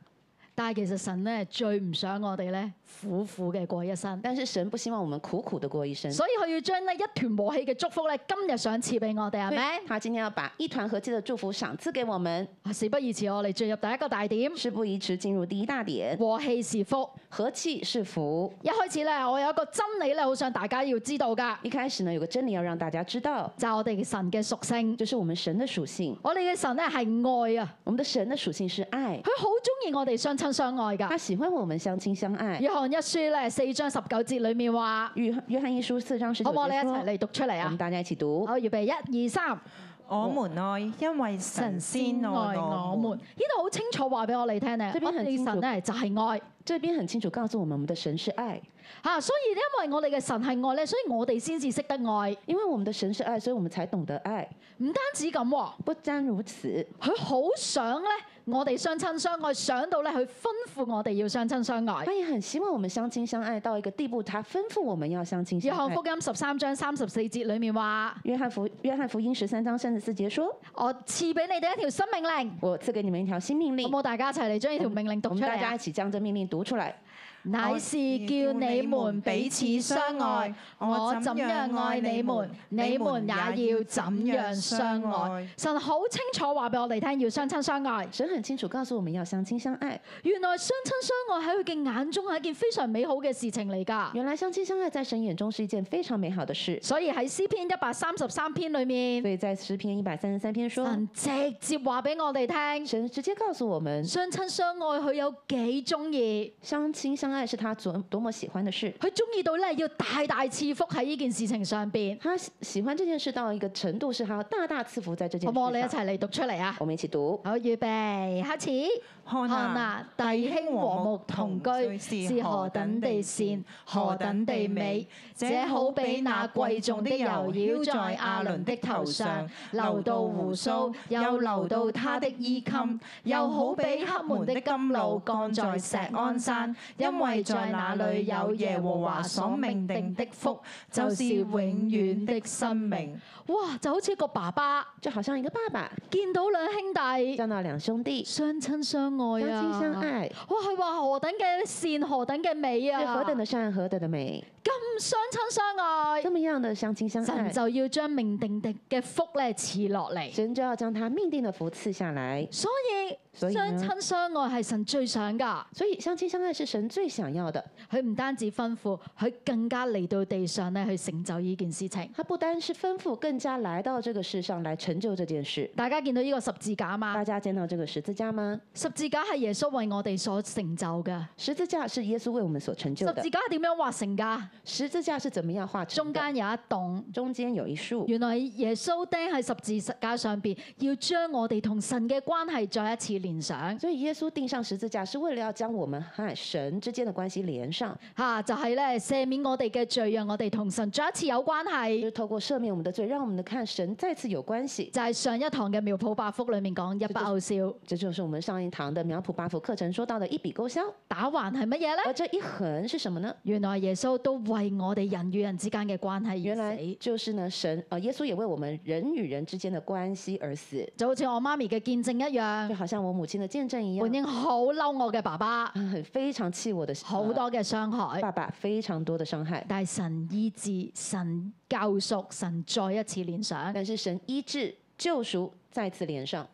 C: 但係其實神咧最唔想我哋咧苦苦嘅過一生，
D: 但是神不希望我们苦苦的过一生，
C: 所以佢要將呢一團和氣嘅祝福咧，今日想賜俾我哋，係咪？
D: 他今天要把一团和气的祝福赏赐给我们。
C: 啊事不宜遲，我哋進入第一個大點，
D: 事不宜迟，进入第一大点，
C: 和氣是福。
D: 和气是福。
C: 一開始咧，我有一個真理咧，好想大家要知道㗎，
D: 一开始呢，有個真理要讓大家知道，
C: 就係我哋嘅神嘅屬性。
D: 就是我們神的屬性。
C: 我哋嘅神咧係愛啊，
D: 我們的神的屬性是愛，
C: 佢好中意我哋相親相愛
D: 他
C: 㗎。
D: 喜歡我們相親相愛。
C: 約翰一書咧四章十九節裡面話，
D: 約約翰一書四章十
C: 好哦唔
D: 九
C: 好？我哋
D: 節
C: 一齊
D: 說，
C: 嚟讀出嚟
D: 我們
C: 啊！
D: 大家一起讀。
C: 好，預備一二三，
E: 我們愛，因為神
C: 神
E: 先
C: 先
E: 愛
C: 愛
E: 我
C: 我們。
E: 們。
C: 呢度好清楚話俾我哋聽咧，
D: 這邊
C: 我
D: 很清
C: 哋
D: 楚
C: 神咧就係愛
D: 這邊很清楚告訴我們，我們的神是愛，
C: 嚇、所以因為我哋嘅神係愛咧，所以我哋先至識得愛。
D: 因為我們的神是愛，所以我們才懂得愛。
C: 唔單止咁喎，
D: 不單如此，
C: 佢好想咧我哋相親相愛，想到咧佢吩咐我哋要相親相愛
D: 他。也很希望我們相親相愛到一個地步，他吩咐我們要相親
C: 約
D: 相
C: 翰
D: 愛
C: 福。音十三章三十四節裡面話：
D: 約翰福約翰福音十三章三十四節說
C: 我賜俾你哋一條生命令。
D: 我賜給你們一條新命令
C: 好，冇大家一齊嚟將呢條命令讀
D: 我
C: 哦出
D: 們大
C: 嚟
D: 家
C: 啊
D: 一！起將這命令讀出來。
C: 乃是叫你們彼此相愛，我怎樣愛你們，你們也要怎樣相愛。神好清楚話俾我哋聽，要相親相愛。
D: 神很清楚告訴我們要相親相愛。
C: 原來相親相愛喺佢嘅眼中係一件非常美好嘅事情嚟㗎。
D: 原來相親相愛在神眼中是一件非常美好的事。
C: 所以喺詩篇一百三十三篇裏
D: 所
C: 面，
D: 以在诗篇一百三十三篇说，
C: 神直接話俾我哋聽，
D: 神直接告诉我们，
C: 相親相愛佢有幾中意，
D: 相亲相爱是他多多么喜欢的事。
C: 佢中意到咧要大大賜福喺呢件事情上邊。
D: 他喜喜欢这件事到一个程度，是他要大大赐福在这件
C: 好
D: 事
C: 唔好？我哋一
D: 上。
C: 齊嚟讀出嚟啊！
D: 我們一起讀。
C: 好，預備開始。
E: 看
C: 看
E: 啊
C: 啊，，弟兄和睦同居是
E: 是
C: 何
E: 何
C: 等
E: 等地
C: 地善
E: 善，，
C: 何
E: 何
C: 等
E: 等
C: 地
E: 地
C: 美
E: 美！。
C: 這
E: 這
C: 好
E: 好
C: 比
E: 比
C: 那
E: 那
C: 貴
E: 貴
C: 重
E: 重
C: 的
E: 的
C: 油
E: 油
C: 澆
E: 澆
C: 在
E: 在
C: 亞
E: 亞
C: 倫
E: 倫
C: 的
E: 的
C: 頭
E: 頭
C: 上
E: 上，
C: 流
E: 流
C: 到
E: 到
C: 胡
E: 胡
C: 鬚
E: 鬚，
C: 又
E: 又
C: 流
E: 流
C: 到
E: 到
C: 他
E: 他
C: 的
E: 的
C: 衣
E: 衣
C: 襟
E: 襟，
C: 又
E: 又
C: 好
E: 好
C: 比
E: 比
C: 黑
E: 黑
C: 門
E: 門
C: 的
E: 的
C: 甘
E: 甘
C: 露
E: 露
C: 降
E: 降
C: 在
E: 在
C: 錫
E: 錫
C: 安
E: 安
C: 山
E: 山，
C: 因
E: 因
C: 為
E: 為
C: 在
E: 在
C: 那
E: 那
C: 裡
E: 裡
C: 有
E: 有
C: 耶
E: 耶
C: 和
E: 和
C: 華
E: 華
C: 所
E: 所
C: 命
E: 命
C: 定
E: 定
C: 的
E: 的
C: 福
E: 福，
C: 就
E: 就是是
C: 永
E: 永
C: 遠
E: 遠
C: 的
E: 的
C: 生
E: 生
C: 命
E: 命。
C: 哇！就好似一個爸爸
D: 就好像一个爸
C: 哎
D: 爸
C: 見到兩兄弟
D: 叫到兩兄弟
C: 相親相愛
D: 相親相
C: 啊！
D: 愛，
C: 哇！佢話何等嘅善，何等嘅美
D: 是
C: 啊！
D: 哎何等的善，何等的美。
C: 咁相親相愛
D: 这，么樣的相親相
C: 哎神
D: 愛，
C: 就要將命定的嘅福咧賜落嚟。
D: 神就要將他命定的福賜下來。
C: 所以
D: 所以
C: 相
D: 呢
C: 親相愛係神最想噶，
D: 所以相親相愛是神最想要的。
C: 佢唔單止吩咐，佢更加嚟到地上咧去成就呢件事情。
D: 他不單是吩咐，更加來到這個世上來成就這件事。
C: 大家見到呢個十字架嘛
D: 大？家見到這個十字架嗎？
C: 十字架係耶穌為我哋所成就嘅。
D: 十字架是耶穌為我們所成就
C: 十
D: 的
C: 字。架係點樣畫成㗎？
D: 十字架是怎麼樣畫
C: 中
D: 成的？
C: 間有一洞。
D: 中間有一束，
C: 原來耶穌釘喺十字架上邊，要將我哋同神嘅關係再一次連想
D: 所以耶穌釘上十字架是為了要將我們和神之間的關係連上，
C: 嚇、就係咧赦免我哋嘅罪，讓我哋同神再一次有關
D: 就
C: 係。
D: 是透過赦免我們的罪，讓我們的看神再次有關係。
C: 就係上一堂嘅苗圃百福裏面講一筆勾銷，
D: 這就是我們上一堂的苗圃八福課程說到的一筆勾銷。
C: 打橫係乜嘢呢？
D: 而這一橫是什麼呢？
C: 原來耶穌都為我哋人與人之間嘅關係
D: 原
C: 而
D: 來
C: 死，
D: 就是呢，神呃，耶穌也為我們人與人之間的關係而死，
C: 就好似我媽咪嘅見證一
D: 就啊
C: 樣。
D: 好像我母親的見證一
C: 本
D: 樣，
C: 應好嬲我嘅爸爸，
D: 很非常氣我的呃
C: 好多嘅傷害，
D: 爸爸非常多的傷害，
C: 但係神醫治、神救贖、神再一次連想。
D: 但是神醫治、救贖、再次连上。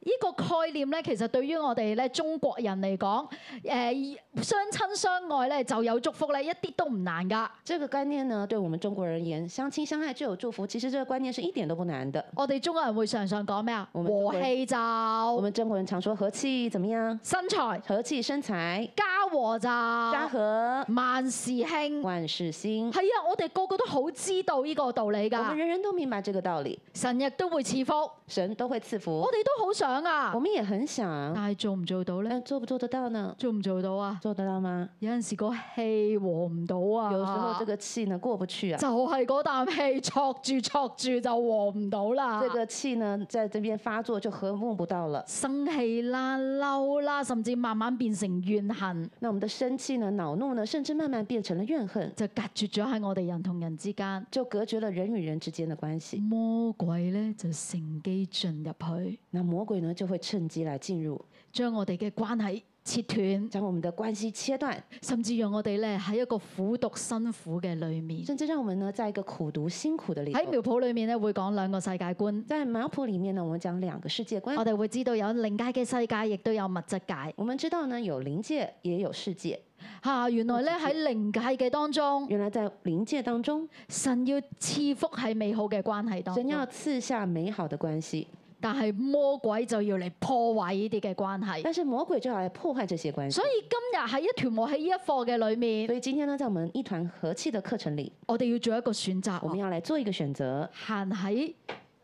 C: 呢個概念咧，其實對於我哋咧中國人嚟講，誒、相親相愛咧就有祝福咧，一啲都唔難噶。
D: 这个观念呢，对我们中国人而言，相亲相爱就有祝福。其实这个观念是一点都不难的。
C: 我哋中國人會常常講咩啊？
D: 我們中國
C: 和
D: 人
C: 氣就
D: 我们中国人常说和气怎么样？
C: 身材，
D: 和气生财，
C: 家和就
D: 家和
C: 萬事興。
D: 万事兴。
C: 係啊，我哋個個都好知道呢個道理
D: 我们
C: 㗎，
D: 人人都明白这个道理，
C: 神亦都會賜福，
D: 神都会赐福
C: 我。哋都好想啊
D: 我，们也很想，
C: 但係做唔做到呢？
D: 但做不做得到呢？
C: 做唔做到啊？
D: 做得到吗？
C: 有陣時個氣和唔到啊，
D: 有时候这个气呢过不去啊，
C: 就係嗰啖氣戳住戳住就和唔到啦。
D: 这个气呢在这边发作就和睦不到了。
C: 生氣啦、嬲啦，甚至慢慢變成怨恨，
D: 那我们的生气呢、恼怒呢，甚至慢慢变成了怨恨，
C: 就隔絕咗喺我哋人同人之間。
D: 就隔绝了人与人之间的关系。
C: 魔鬼咧就乘機進入去，
D: 那魔鬼呢就会趁机来进入，
C: 將我哋嘅關係切斷。
D: 将我们的关系切断，
C: 甚至讓我哋咧喺一個苦讀辛苦嘅裏面。
D: 甚至让我们呢在一个苦读辛苦的里
C: 喺
D: 头。
C: 苗圃裏面咧會講兩個世界觀，
D: 在苗圃里面呢，我们讲两个世界观
C: 我。哋會知道有靈界嘅世界，亦都有物質界。
D: 我们知道呢，有灵界也有世界。
C: 嚇、原來咧喺靈界嘅當中，
D: 原来在灵界当中，
C: 神要賜福喺美好嘅關係當
D: 神
C: 中，
D: 要赐下美好的关系，
C: 但係魔鬼就要嚟破壞呢啲嘅關係。
D: 但是魔鬼就要来破坏这些关系
C: 所。以今日喺一團和喺呢一課嘅裏面，
D: 所以今天呢，在我们一团和气的课程里，
C: 我哋要做一個選擇
D: 我们
C: 喎，
D: 要来做一个选择，
C: 行喺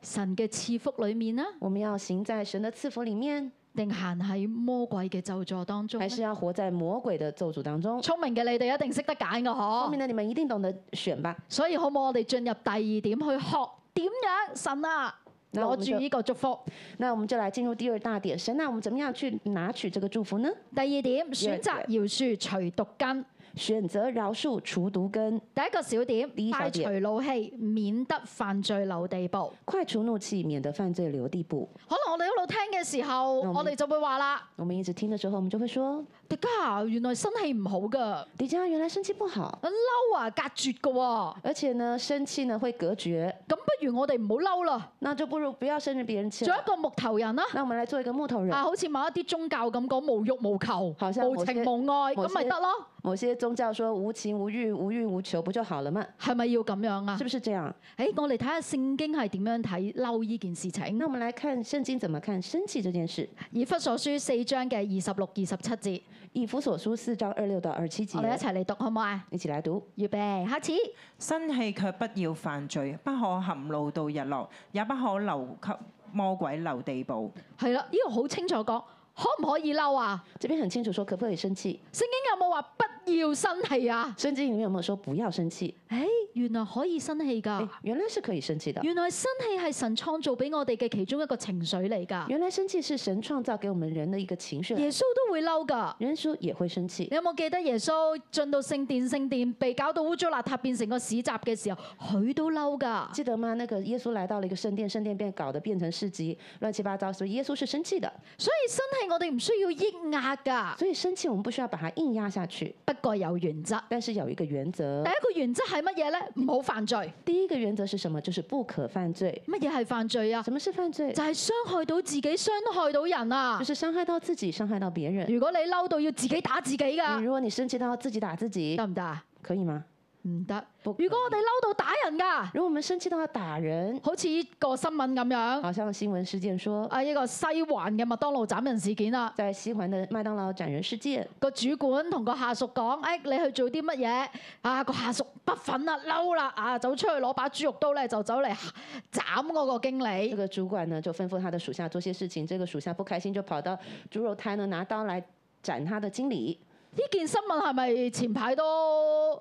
C: 神嘅賜福裏面啦，啊
D: 我们要行在神的赐福里面，
C: 定行喺魔鬼嘅咒助當中呢
D: 还？是要活在魔鬼的咒诅当中？
C: 聰明嘅你哋一定識得揀嘅
D: 后
C: 嗬
D: 面。的你们一定懂得选吧。
C: 所以好唔好？我哋進入第二點去學點樣神啊，
D: 嗱我
C: 攞
D: 們
C: 住
D: 就
C: 呢個祝福。
D: 那我们就来进入第二大点，神啊，我们怎么样去拿取这个祝福呢？
C: 第二點選擇饒恕除毒根。
D: 选择饶恕除毒根，
C: 第一個小點
D: 呢小
C: 快除
D: 點
C: 怒氣，免得犯罪留地步。
D: 快除怒气，免得犯罪留地步。
C: 可能我哋一路聽嘅時候，
D: 嗯
C: 我哋就會話啦：
D: 我们一直听的时候，我们就会说，
C: 迪迦原來身氣唔好㗎，
D: 迪迦原来生气不好，
C: 嬲啊隔絕㗎喎。
D: 而且呢，生气呢会隔绝，
C: 咁不如我哋唔好嬲啦，
D: 那就不如不要生着别人气
C: 做
D: 了。
C: 一個木頭人啦。
D: 那我们来做一个木头人
C: 啊，，好似某一啲宗教咁講，無欲無求
D: 好像，
C: 無
D: 某
C: 情
D: 些
C: 無愛，
D: 某
C: 咁咪
D: 些
C: 得咯？
D: 某些宗教说无情无欲、无欲无求，不就好了吗？
C: 係咪要咁樣啊
D: 是？不是这样？
C: 誒，我哋睇下聖經係點樣睇嬲呢件事情。
D: 那我们来看圣经怎么看生气这件事。
C: 以弗所書四章嘅二十六、二十七節，
D: 以弗所书四章二六到二七节
C: 我，哋一齊嚟讀好唔好啊？
D: 一起来读。
C: 預備，開始。
E: 生氣卻不要犯罪，不可含怒到日落，也不可留給魔鬼留地步。
C: 係啦，呢個好清楚講，可唔可以嬲啊？
D: 这边很清楚说可不可以生气，
C: 聖經有冇話不要生氣啊？
D: 圣经里面有没有说不要生气？
C: 誒，原來可以生氣㗎
D: 哎。，原来是可以生气的。
C: 原來生氣係神創造俾我哋嘅其中一個情緒嚟㗎。
D: 原来生氣是神創造給我們人的一個情緒來，
C: 耶穌都會嬲㗎。
D: 人說也會生氣。
C: 你有冇記得耶穌進到聖殿，聖殿被搞到污糟邋遢，變成個市集嘅時候，佢都嬲㗎。
D: 記得嗎？那個耶穌來到了一個聖殿，聖殿變搞得變成市集，亂七八糟，所以耶穌是生氣的。
C: 所以生氣我哋唔需要抑壓㗎，
D: 所以生氣我們不需要把它硬壓下去，
C: 不過有原則。
D: 但是有一個原則
C: 第。一個原則係乜嘢呢？唔好犯罪。
D: 第一個原則是什麼？就是不可犯罪。
C: 乜嘢係犯罪啊？
D: 什麼是犯罪？
C: 就係傷害到自己、傷害到人啊
D: 就！是傷害到自己，傷害到別人。
C: 如果你嬲到要自己打自己
D: 你
C: 㗎，
D: 如果你生氣到自己打自己，
C: 得唔得啊？
D: 可以嗎？
C: 唔得。
D: 嗯不可以
C: 如果我哋嬲到打人㗎，
D: 如果我們生氣到要打人，
C: 好似呢個新聞咁樣，
D: 好像新聞事件說，
C: 啊呢個西環嘅麥當勞斬人事件啊啦，
D: 在西環的麥當勞斬人事件，
C: 個主管同個下屬講：，誒、你去做啲乜嘢？啊個下屬不忿啦、嬲啦，啊走出去攞把豬肉刀咧，就走嚟斬我個經理
D: 这。个主管呢就吩咐他的属下做些事情，这个属下不开心就跑到猪肉摊呢拿刀来斩他的经理。
C: 呢件新聞係咪前排都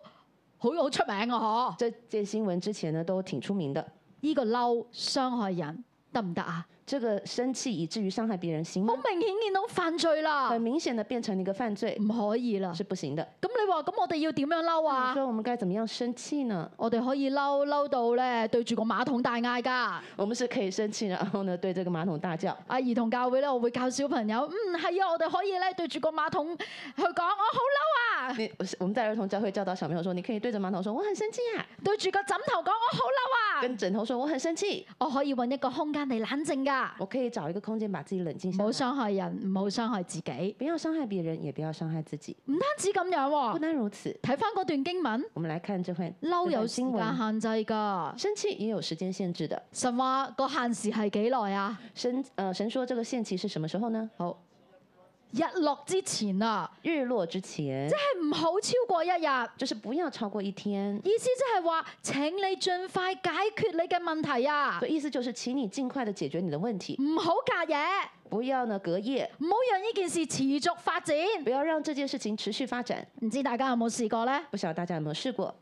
C: 好好出名啊？嗬！
D: 这件新闻之前呢都挺出名的，
C: 呢個嬲傷害人得唔得啊？
D: 这个生氣以至于傷害別人行
C: 好
D: 吗？
C: 明顯見到犯罪啦
D: 很，明顯的變成了一个犯罪
C: 唔可以啦。
D: 是不行的。
C: 咁你話咁我哋要點樣嬲
D: 你
C: 啊？
D: 说我們該怎麼樣生氣呢？
C: 我哋可以嬲嬲到咧對住個馬桶大嗌㗎。
D: 我們是可以生氣，然後呢對這個馬桶大叫。
C: 啊！兒童教會咧，我會教小朋友，嗯係啊，我哋可以咧對住個馬桶去講，我好嬲啊！啊！
D: 你我们在儿童教会教导小朋友说，你可以对着马桶说我很生气啊，
C: 對住個枕頭講我好嬲啊！
D: 跟枕头说我很生氣，
C: 我可以揾一個空間嚟冷靜㗎，
D: 我可以找一個空間把自己冷靜
C: 唔
D: 下
C: 好傷
D: 來，
C: 害人，唔好傷害自己。
D: 不要傷害別人，也不要傷害自己。
C: 唔單止咁樣
D: 不
C: 喎，
D: 單如此，
C: 睇翻嗰段經文，
D: 我們來看這份
C: 嬲有
D: 這段
C: 時
D: 經
C: 間
D: 文，
C: 限制㗎。
D: 生氣也有時間限制的。
C: 神話個限時係幾耐啊？
D: 神呃神說這個限期是什麼時候呢？
C: 好，日落之前啊，
D: 日落之前，
C: 係唔好超過一日。
D: 就是不要超過一天。
C: 意思即係話，請你盡快解決你嘅問題啊
D: 所！以意思就是，請你盡快的解決你的問題，
C: 唔好隔夜，
D: 不要呢隔夜，
C: 唔好讓呢件事持續發展。
D: 不要讓這件事情持續發展。
C: 唔知大家有冇試過呢？
D: 不曉得大家有沒有試過？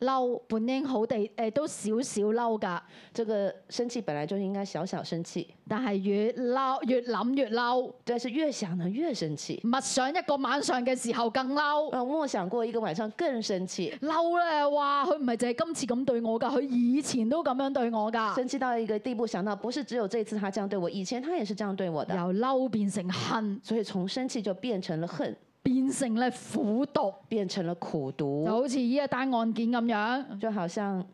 C: 嬲本應好地誒、呃都少少嬲㗎，
D: 這個生氣本來就應該小小生氣，
C: 但係越嬲越諗越嬲，
D: 但是越想呢越生氣。
C: 默想一個晚上嘅時候更嬲。
D: 呃，默想過一個晚上更生氣，
C: 嬲咧，哇！佢唔係淨係今次咁對我㗎，佢以前都咁樣對我㗎。
D: 生氣到一個地步，想到不是只有這一次他這樣對我，以前他也是這樣對我的，
C: 由嬲變成恨，
D: 所以從生氣就變成了恨，
C: 變成咧苦毒，
D: 變成了苦
C: 就
D: 毒，
C: 好似呢一單案件咁樣，
D: 就好像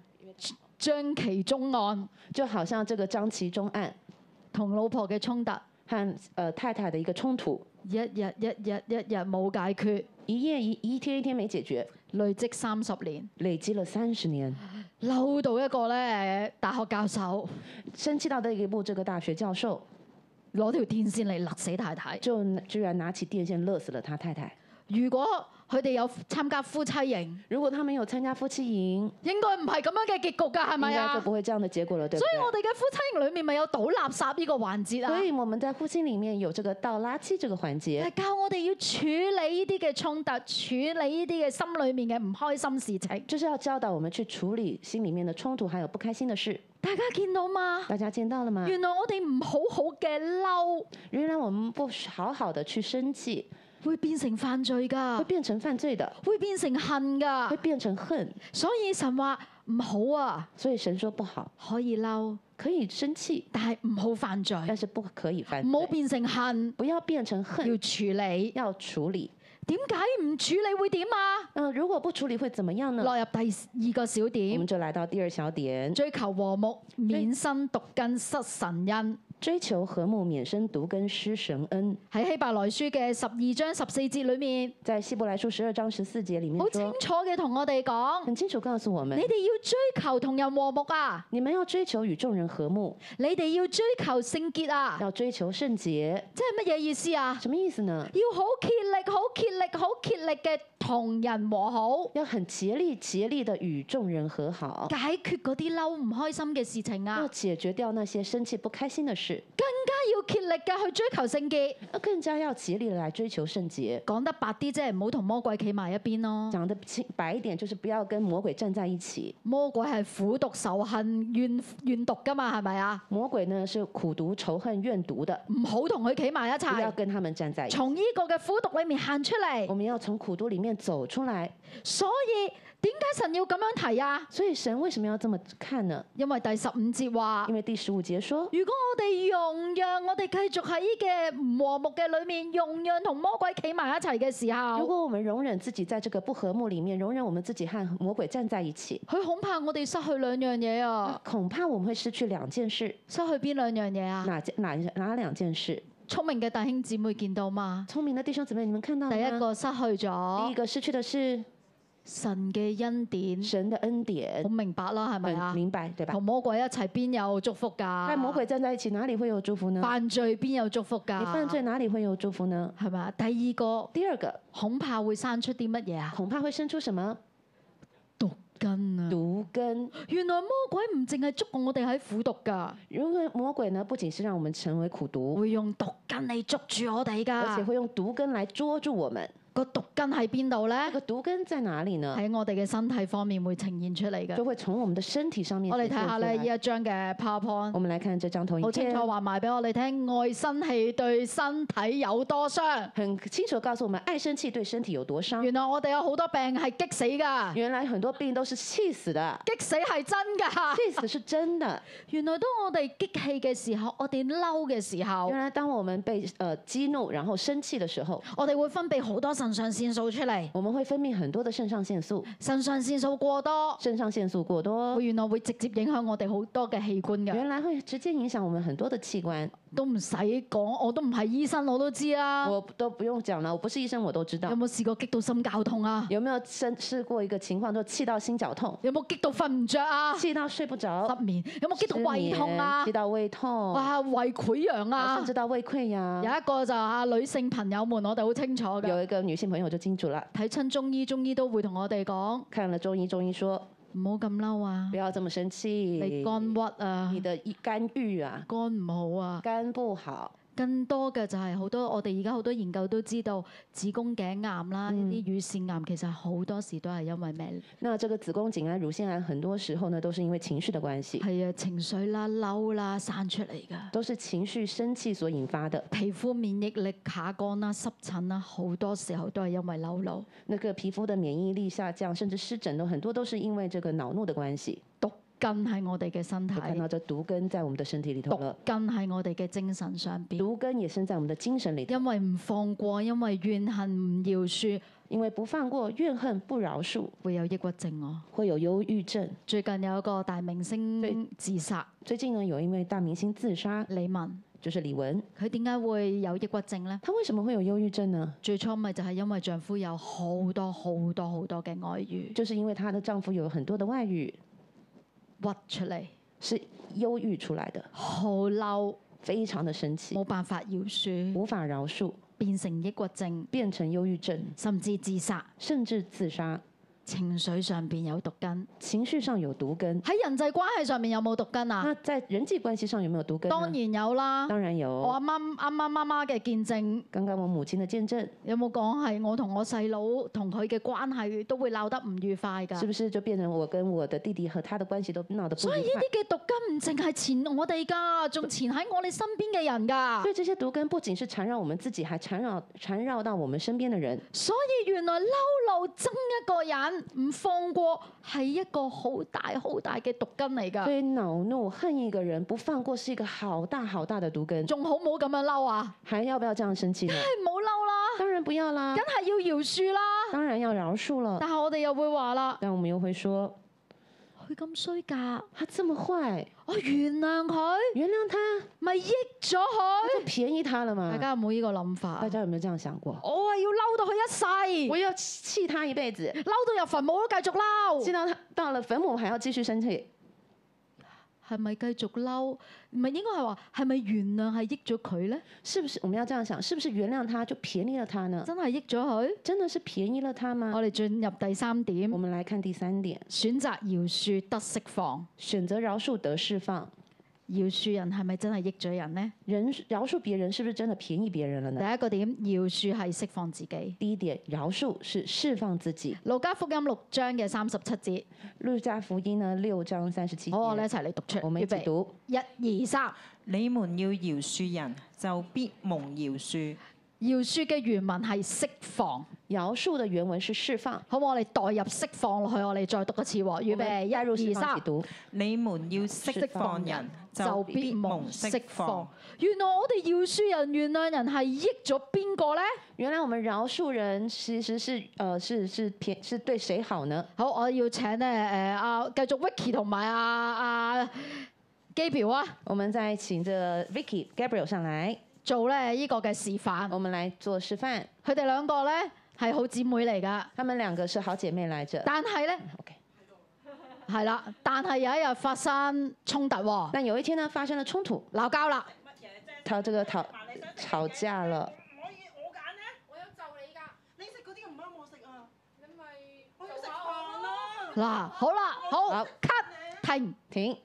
C: 張其中案。
D: 就好像這個張其中案
C: 同老婆嘅衝突，
D: 和呃太太的一個衝突，
C: 一日一日一日冇解決，
D: 一夜一一天一天沒解決，
C: 累積三十年，
D: 累積了三十年，
C: 嬲到一個咧大學教授
D: 生氣到的一步，這個大學教授
C: 攞條電線嚟勒死太太。
D: 就居然拿起電線勒死了他太太。
C: 如果佢哋有參加夫妻營，
D: 如果他沒有參加夫妻營，
C: 應該唔係咁樣嘅結局㗎，係
D: 應
C: 咪
D: 該
C: 啊？
D: 就不
C: 所
D: 會這樣的結果了，對不
C: 以我
D: 對？
C: 哋嘅夫妻營裡面咪有倒垃圾呢個環節
D: 所
C: 啊，
D: 以我們在夫妻裡面有這個倒垃圾這個環節，
C: 係教我哋要處理呢啲嘅衝突，處理呢啲嘅心裡面嘅唔開心事情。
D: 哎就是要教導我們去處理心裡面的衝突，還有不開心的事。
C: 大家見到嘛？
D: 大家見到了嗎？
C: 原來我哋唔好好嘅嬲
D: 原來我們不好好的去生氣，
C: 會變成犯罪㗎
D: 會。變成犯罪的，
C: 會變成恨
D: 會
C: 㗎。
D: 變成恨。
C: 所以神話唔好啊，
D: 所以神說不好，
C: 可以嬲，
D: 可以生氣，
C: 但係唔好犯罪，
D: 但是不可以犯
C: 唔好
D: 罪。
C: 變成恨，
D: 不要變成
C: 要
D: 恨，
C: 處理。
D: 要處理。
C: 點解唔處理會點啊？
D: 嗯、如果不處理會怎麼樣呢？
C: 落入第二個小
D: 我
C: 點
D: 們，就來到第二小點，
C: 追求和睦，免身毒根，失神恩。
D: 追求和睦，免生毒根，失神恩。
C: 喺希伯來書嘅十二章十四節裏面，
D: 在希伯來書十二章十四節裡面
C: 好清
D: 說，
C: 楚嘅同我哋講，
D: 很清楚告訴我
C: 你
D: 們，
C: 哋要追求同人和睦啊，
D: 你們要追求與眾人和睦，
C: 你哋要追求聖潔啊，
D: 要追求聖潔。
C: 即係乜嘢意思啊？
D: 什麼意思呢？
C: 要好竭力、好竭力、好竭力嘅同人和好，
D: 要很竭力、竭力的與眾人和好，
C: 解決嗰啲嬲唔開心嘅事情啊
D: 要！解決掉那些生氣不開心的事，
C: 更加要竭力嘅去追求聖潔。
D: 要更加要竭力的來追求聖潔。
C: 講得白啲，即係唔好同魔鬼企埋一邊咯。
D: 講得清白一點，就是不要跟魔鬼站在一起。
C: 魔鬼係苦毒、仇恨、怨怨毒噶嘛，係咪啊？
D: 魔鬼呢是苦毒、仇恨、怨毒的，
C: 唔好同佢企埋一
D: 不
C: 齊。
D: 要跟他們站在一起。
C: 從呢個嘅苦毒裏面行出
D: 我
C: 嚟，
D: 們要從苦毒裡面走出來。
C: 所以點解神要咁樣提啊？
D: 所以神為什麼要這麼看呢？
C: 因為第十五節話
D: 因：為第十五節說，
C: 如果我哋容讓我哋繼續喺呢嘅唔和睦嘅裏面，容讓同魔鬼企埋一齊嘅時
D: 如
C: 候，
D: 果我們容忍自己在這個不和睦裡面，容忍我們自己和魔鬼站在一起，
C: 佢恐怕我哋失去兩樣嘢啊！
D: 恐怕我們會失去兩件事。
C: 失去邊兩樣嘢啊？
D: 哪件哪哪兩件事？
C: 聰明嘅弟兄姊妹見到嘛？
D: 聰明的弟兄姊妹，你們看到了
C: 第一
D: 嗎？
C: 個失去
D: 第一
C: 咗
D: 個失去的是
C: 嗯神嘅恩典，
D: 神的恩典
C: 好，明白啦，係咪
D: 很
C: 啊？
D: 明白對吧？
C: 同魔鬼一齊邊有祝福㗎？
D: 和魔鬼站在一起，哪裡會有祝福呢？
C: 犯罪邊有祝福㗎？
D: 你犯罪哪裡會有祝福呢？
C: 係咪啊？第二個
D: 第二個
C: 恐怕會生出啲乜嘢啊？
D: 恐怕會生出什麼
C: 毒根啊！
D: 毒根？
C: 原來魔鬼唔淨係捉我哋喺苦毒㗎。
D: 如果魔鬼呢，不僅是讓我們成為苦毒，
C: 會用毒根嚟捉住我哋
D: 而且
C: 㗎。
D: 會用毒根來捉住我們。
C: 個毒根喺邊度呢？
D: 那個毒根在哪裡呢？
C: 喺我哋嘅身體方面會呈現出嚟
D: 就
C: 嘅。
D: 會從我們的身體上面
C: 我哋
D: 顯
C: 睇
D: 現
C: 下
D: 出
C: 咧
D: 來
C: 呢一張嘅 PowerPoint，
D: 我啊們來看這張投影
C: 好清
D: 片
C: 楚，話埋俾我哋聽，愛生氣對身體有多傷。
D: 很清楚地告訴我們，愛生氣對身體有多傷。
C: 原來我哋有好多病係激死㗎，
D: 原來很多病都是氣死的，
C: 激死係真㗎。
D: 氣死是真的。
C: 原來當我哋激氣嘅時候，我哋嬲嘅時候
D: 原，來當我們被呃激怒，然後生氣的時候，
C: 我哋會分泌好多腎上腺素出嚟，
D: 我们会分泌很多的腎上腺素，
C: 腎上腺素過多，
D: 腎上腺素過多，
C: 會原來會直接影響我哋好多嘅器官嘅，
D: 原來會直接影響我們很多的器官。
C: 都唔使講，我都唔係醫生，我都知啦。
D: 我都不用講了，我不是醫生，我都知
C: 啊
D: 道
C: 有。冇試過激到心绞痛啊？
D: 有沒有生試過一個情況，就氣到心绞痛，
C: 有冇激到瞓唔着啊？
D: 氣到睡不着，
C: 失眠，有冇激到
D: 失
C: 胃
D: 眠
C: 痛啊
D: 氣？到胃痛，
C: 哇，胃潰瘍啊
D: 甚！至到胃潰
C: 有
D: 瘍。
C: 一個就啊女性朋友們，我哋好清楚嘅，
D: 有一個女性朋友就清楚了，
C: 睇親中醫，中醫都會同我哋講，
D: 看了中醫，中醫說
C: 唔好咁嬲啊
D: 不，要這麼生
C: 你
D: 氣，
C: 肝鬱啊
D: 你，的一肝鬱啊，
C: 肝唔好啊。
D: 肝不好。
C: 更多嘅就係好多我哋而家好多研究都知道，子宮頸癌啦，呢啲乳腺癌其實好多時都係因為咩？
D: 那這個子宮頸癌、乳腺癌，很多時候呢都是因為情緒的關係，
C: 係啊，情緒啦、嬲啦散出嚟㗎。
D: 都是情緒、生氣所引發的。
C: 皮膚免疫力下降啦、濕疹啦，好多時候都係因為嬲怒。
D: 那個皮膚的免疫力下降，甚至濕疹都很多都是因為這個惱怒的關係。
C: 毒根喺我哋嘅身體
D: 就，看到這毒根在我們的身體裏頭
C: 毒
D: 了，
C: 根喺我哋嘅精神上邊。
D: 毒根也生在我們的精神裏頭，
C: 因為唔放過，因為怨恨唔饒恕，
D: 因為不放過、怨恨、不饒恕，
C: 會有抑鬱症哦。
D: 會有憂鬱症。
C: 最近有一個大明星
D: 對
C: 自殺，
D: 最近呢，有一位大明星自殺，
C: 李文，
D: 就是李玟，
C: 佢點解會有抑鬱症呢？
D: 她為什麼會有憂鬱症呢？
C: 最初咪就係因為丈夫有好多好多好多嘅外遇
D: 就是因為她的丈夫有很多的外遇，
C: 屈出嚟，
D: 是憂鬱出來的，
C: 好嬲，
D: 非常的生氣，
C: 冇辦法饒恕，
D: 無法饒恕，
C: 變成抑鬱症，
D: 變成憂鬱症，
C: 甚至自殺。
D: 甚至自殺。
C: 情緒上邊有毒根，
D: 情緒上有毒根，
C: 喺人際關係上面有冇毒根啊？
D: 那在人際關係上有沒有毒根啊呢？
C: 當然有啦。
D: 當然有。
C: 我阿媽啱啱媽媽嘅見證
D: 剛剛我母親的見證，
C: 有冇講係我同我細佬同佢嘅關係都會鬧得唔愉快㗎？
D: 是不是就變成我跟我的弟弟和他的關係都鬧得不
C: 所以
D: 愉
C: 呢
D: 快？
C: 啲嘅毒根唔淨係纏我哋㗎，仲纏喺我哋身邊嘅人
D: 所
C: 㗎。
D: 以這些毒根不僅是纏繞我們自己，還纏繞纏繞到我們身邊的人。
C: 所以原來嬲怒憎一個人唔放過係一個好大好大嘅毒根嚟
D: 所
C: 㗎。
D: 以惱怒、恨一個人不放過是一個好大好大的毒根。
C: 仲好唔好咁樣嬲啊？
D: 還要不要這樣生氣 呢？
C: 係唔好嬲啦，
D: 當然不要啦
C: 梗，係要饒恕啦。
D: 當然要饒恕了。
C: 但係我哋又會話啦。
D: 但我們又會說，
C: 佢咁衰㗎，
D: 他這麼壞，
C: 我原諒佢，
D: 原諒他，
C: 咪益咗佢。
D: 就便宜他了嘛
C: 大。家有冇呢個諗法啊
D: 大？家有沒有這樣想過？
C: 我啊要嬲到佢一世
D: 我，要氣他一輩子，
C: 嬲到入墳墓都繼續嬲，
D: 氣到他到了墳墓還要繼續生氣，
C: 係咪繼續嬲？唔係應該係話係咪原諒係益咗佢咧？
D: 是不是？我們要這樣想，是不是原諒他就便宜了他呢？
C: 真係益咗佢。
D: 真的是便宜了他嗎？
C: 我哋進入第三點
D: 我，們來看第三點，
C: 選擇饒恕得釋放。
D: 選擇饒恕得釋放。
C: 饒恕人係咪真係益咗人呢？
D: 人饒恕別人是不是真的便宜別人了
C: 第
D: 呢？
C: 一個點，饒恕係釋放自己。
D: 第一點，饒恕是釋放自己。
C: 路加福音六章嘅三十七節，
D: 路加福音呢六章三十七
C: 好，我哋一
D: 節，
C: 齊嚟讀出，
D: 我們一
C: 預
D: 起
C: 備，
D: 讀。
C: 一二三。
E: 你們要饒恕人，就必蒙饒恕。
C: 饒恕嘅原文係釋放，
D: 饒恕的原文是釋放，
C: 好唔好？我哋代入釋放落去，我哋再讀一次喎。預備，
D: 加入
C: 一
D: 釋
C: 二
D: 放一
C: 三
D: 起。讀。
E: 你們要釋放人，就必蒙釋放。。
C: 原來我哋饒恕人、原諒人係益咗邊個呢？
D: 原來我們饒恕人其實是呃是是便是對誰好呢？
C: 好，我要請咧誒阿繼續 Vicky 同埋阿阿 Gabriel 啊，
D: 我們再請這 Vicky Gabriel 上來，
C: 做咧呢個嘅示範。
D: 我們來做示範。
C: 佢哋兩個咧係好姊妹嚟㗎，
D: 她們兩個是好姐妹來着。
C: 但係咧
D: OK。
C: 係啦，但係有一日發生衝突喎，
D: 那有一天呢，發生了衝突，
C: 鬧交啦。
D: 她這個吵吵架了。
F: 我以我揀咧，我有就你㗎。你食嗰啲唔啱我食啊！你咪我要食飯啦。
C: 嗱，好啦，好
D: 好
C: cut 停。
D: 停，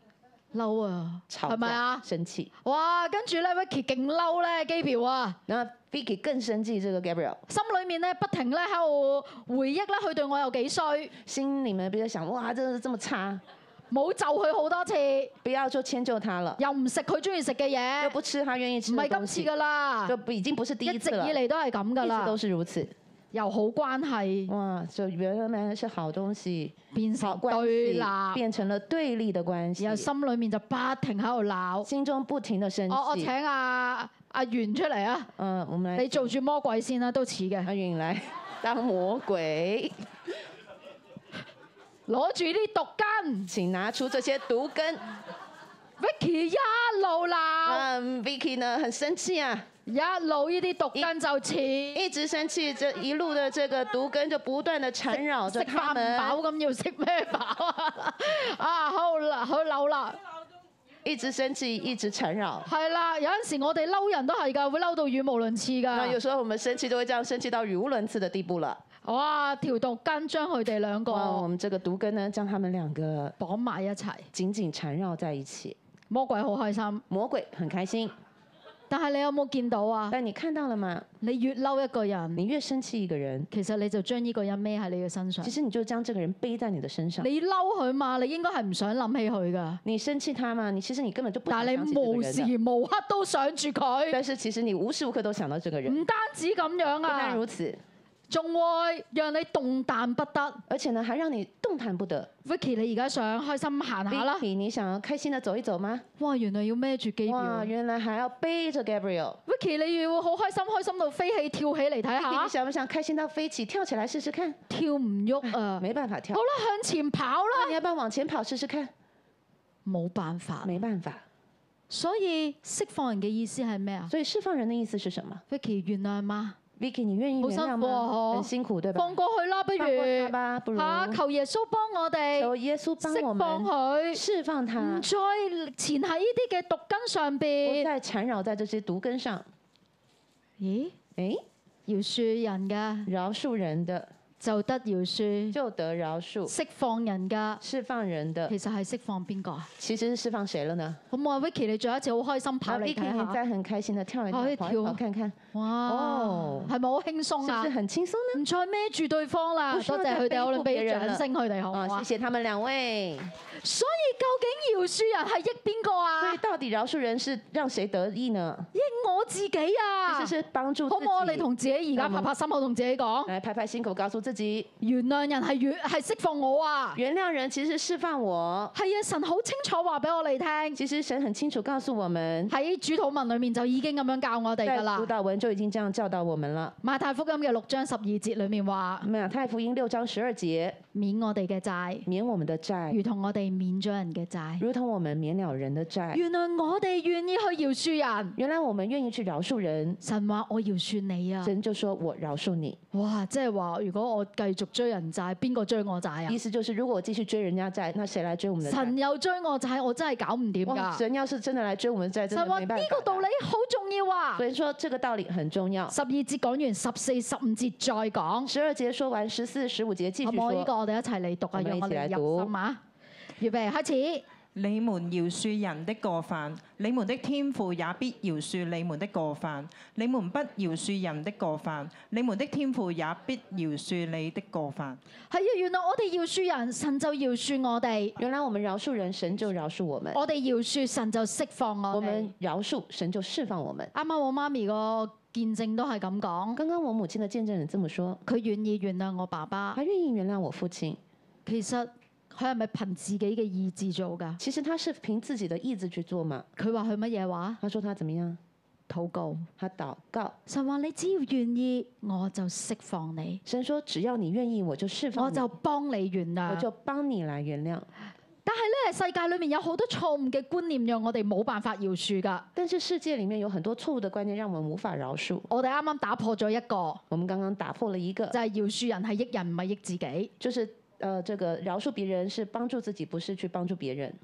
C: 嬲啊，
D: 吵
C: 係咪
D: 架
C: 啊？
D: 生氣。
C: 哇！跟住咧，Vicky 勁嬲咧，Gabriel 啊，
D: 然後 Vicky 更生氣，這個 Gabriel
C: 心裏面咧不停咧喺度回憶咧，佢對我有幾衰，
D: 心裡面比較想，哇，真的是這麼差，
C: 冇就佢好多次，
D: 不要就遷就他了，
C: 又唔食佢中意食嘅嘢
D: 又，不吃他願意
C: 哎唔
D: 吃的
C: 係
D: 東
C: 今次
D: 西，
C: 噶啦
D: 就，不已經不是第
C: 一
D: 一
C: 直
D: 次
C: 以
D: 了，
C: 嚟都係咁噶
D: 一直
C: 啦
D: 都，是如此。
C: 由好關係
D: 哇，就原來是好東西，
C: 變
D: 好
C: 成
D: 關
C: 對立，
D: 係變成了對立的關
C: 然後
D: 係，
C: 心裏哦面就不停喺度鬧。
D: 心中不停的生
C: 我我
D: 氣
C: 請。阿阿袁出嚟啊，
D: 嗯，我們來，
C: 你做住魔鬼先啦，都似嘅。
D: 阿允來，当魔鬼，
C: 攞住啲毒根
D: 请拿出这些毒根。
C: ，Vicky 一路鬧，
D: 嗯，Vicky 呢很生气啊，
C: 一路呢啲毒根就似
D: 一直生气，这一路的这个毒根就不断的缠绕着
C: 食飯唔
D: 他
C: 飽
D: 们，
C: 咁，要食咩飽啊？啊，好啦，好嬲啦，
D: 一直生气，一直缠绕。
C: 係啦，有陣時我哋嬲人都係㗎，會嬲到語無倫次
D: 那有
C: 㗎。
D: 时候我们生气都会这样生气到语无伦次的地步了。
C: 哇，條毒根將佢哋兩個
D: 哇，我
C: 綁
D: 们这个毒根呢，将他们两个
C: 埋一齊，
D: 紧紧缠绕在一起。
C: 魔鬼好開心。
D: 魔鬼很开心，
C: 但係你有冇見到啊？
D: 但你看到了吗？
C: 你越嬲一個人，
D: 你越生气一个人，
C: 其實你就將呢個人孭喺你嘅身上
D: 其。实你就將这个人背在你的身上。
C: 你嬲佢嘛，你應該係唔想諗起佢㗎。
D: 你生气他嘛？你其实你根本就不想
C: 但係
D: 想起
C: 你
D: 这个
C: 無
D: 人的。
C: 時無刻都想住佢，
D: 但是其实你無時無刻都想到這個人。
C: 唔單止咁樣
D: 不但
C: 嗯啊
D: 如，此，
C: 仲會讓你動彈不得。
D: 而且呢，還讓你動彈不得。
C: Vicky，你而家想開心行下啦？
D: Vicky，你想要開心的走一走嗎？
C: 哇，原來要孭住機
D: 哇，
C: 票。
D: 原來還要背着 Gabriel。
C: Vicky，你要好開心，開心到飛起跳起嚟睇
D: Vicky，你
C: 下，
D: 想不想開心到飛起，跳起來試試看？
C: 跳唔喐啊！
D: 沒辦法跳
C: 好。啦，向前跑
D: 那
C: 啦，
D: 你要不要往前跑試試看？
C: 冇辦法。
D: 沒辦法。
C: 所以釋放人嘅意思係咩啊
D: 所以釋放人的意思是什麼
C: ？Vicky，原諒嘛，
D: ？Vicky，你願意
C: 好
D: 原
C: 辛
D: 諒
C: 苦啊
D: 嗎？
C: 嗬
D: 很辛苦，對吧？
C: 放過去啦，不
D: 放過他
C: 如
D: 吧，不如
C: 嚇求耶穌幫我哋。
D: 求耶
C: 釋放
D: 穌幫我們啊
C: 佢，
D: 釋
C: 唔
D: 放他，
C: 再纏喺呢啲嘅毒根上
D: 不
C: 邊。
D: 再纏繞在這些毒根上。
C: 咦？
D: 誒，
C: 饒恕人嘅
D: 饒恕人的
C: 就得饒恕，
D: 就得饒恕，
C: 釋放人嘅
D: 釋放人的
C: 其實係釋放邊個啊？
D: 其實是釋放誰了呢？
C: 好唔好啊？Vicky，你再一次好開心跑
D: 啊
C: 嚟睇
D: Vicky，你
C: 下，
D: 再很開心的跳一跳，
C: 可以
D: 跑
C: 跳
D: 一跑
C: 啊
D: 看看，
C: 哇
D: 哦，
C: 係咪好輕鬆
D: 是不
C: 啊
D: 是？很輕鬆呢？
C: 唔再孭住對方啦，
D: 不需要
C: 多謝佢
D: 再
C: 哋，我哋
D: 背負別
C: 俾
D: 人
C: 掌
D: 啦
C: 聲佢哋好
D: 哦
C: 唔好，啊？
D: 謝謝他們兩位。
C: 所以究竟饒恕人係益邊個
D: 所
C: 啊
D: 以？到底饒恕人是讓誰得益呢？
C: 益我自己啊
D: 其！實是幫助
C: 好
D: 自
C: 唔好啊？嗯你
D: 己。
C: 同自己而家拍拍心口，同自己講。
D: 來拍拍心口，告訴自己，
C: 原諒人係越係釋放我啊！
D: 原諒人其實是釋放我。
C: 係啊，神好清楚話俾我哋聽，
D: 其實神很清楚告訴我們，
C: 喺主禱文裏面就已經咁樣教我哋
D: 在
C: 㗎啦
D: 主。導文就已經這樣教導我們了。
C: 馬太福音嘅六章十二節裏面話：
D: 馬太福音六章十二節，
C: 免我哋嘅債，
D: 免我們的債，
C: 如同我哋免咗人嘅債。
D: 如同我們免了人的債。
C: 原來我哋願意去饒恕人，
D: 原來我們願意去饒恕人，
C: 神話我饒恕你啊！
D: 神就說我饒恕你。
C: 哇，即係話如果我繼續追人債，邊個追我債啊
D: 意？思就是，如果我继续追人家债，那谁来追我们的债？
C: 神啊又追我債，我真係搞唔掂
D: 哇，
C: 㗎。
D: 神要是真的来追我们的债，真
C: 神
D: 的
C: 話
D: 没
C: 呢
D: 办法。
C: 個道理。好重要啊
D: 所！以说这个道理很重要。
C: 十二節講完，十四、十五節再講。
D: 十二节说完，十四、十五节继
C: 好
D: 续
C: 唔好？呢
D: 说。
C: 個我哋一齊嚟讀啊，
D: 我哋
C: 讓
D: 一
C: 我
D: 齊
C: 哋
D: 嚟
C: 入
D: 讀
C: 心啊！預備開始，
E: 你們饒恕人的過犯，你們的天父也必饒恕你們的過犯；你們不饒恕人的過犯，你們的天父也必饒恕你的過犯。
C: 係啊！原來我哋要恕人，神就要恕我哋；
D: 原来我们饶恕人，神就饶恕我们；
C: 我哋要恕，神就釋放
D: 我
C: 我哋
D: 们。饶恕，神就释放我们。
C: 啱啱我媽咪個見證都係咁講，
D: 刚刚我母亲的見證人這麼說，
C: 佢願意原諒我爸爸。
D: 她願意原諒我父親。
C: 其實佢係咪憑自己嘅意志做㗎？
D: 其實她是憑自己的意志去做嘛。
C: 佢話佢乜嘢話？
D: 她說她怎麼樣？
C: 禱告。
D: 她禱告，
C: 神話你只要願意，我就釋放你，
D: 神說只要你願意，我就釋
C: 哦我
D: 放你，
C: 就幫你原
D: 我
C: 諒。
D: 就幫你來原諒。
C: 但係咧，世界裏面有好多錯誤嘅觀念，讓我哋冇辦法饒恕㗎。
D: 但是世界裡面有很多錯誤的觀念，讓我們無法饒恕。
C: 我哋啱啱打破咗一個，
D: 我們剛剛打破了一個
C: 就，係饒恕人係益人唔係益自己。
D: 就是呃，這個饒恕別人是幫助自己，不是去幫助別人。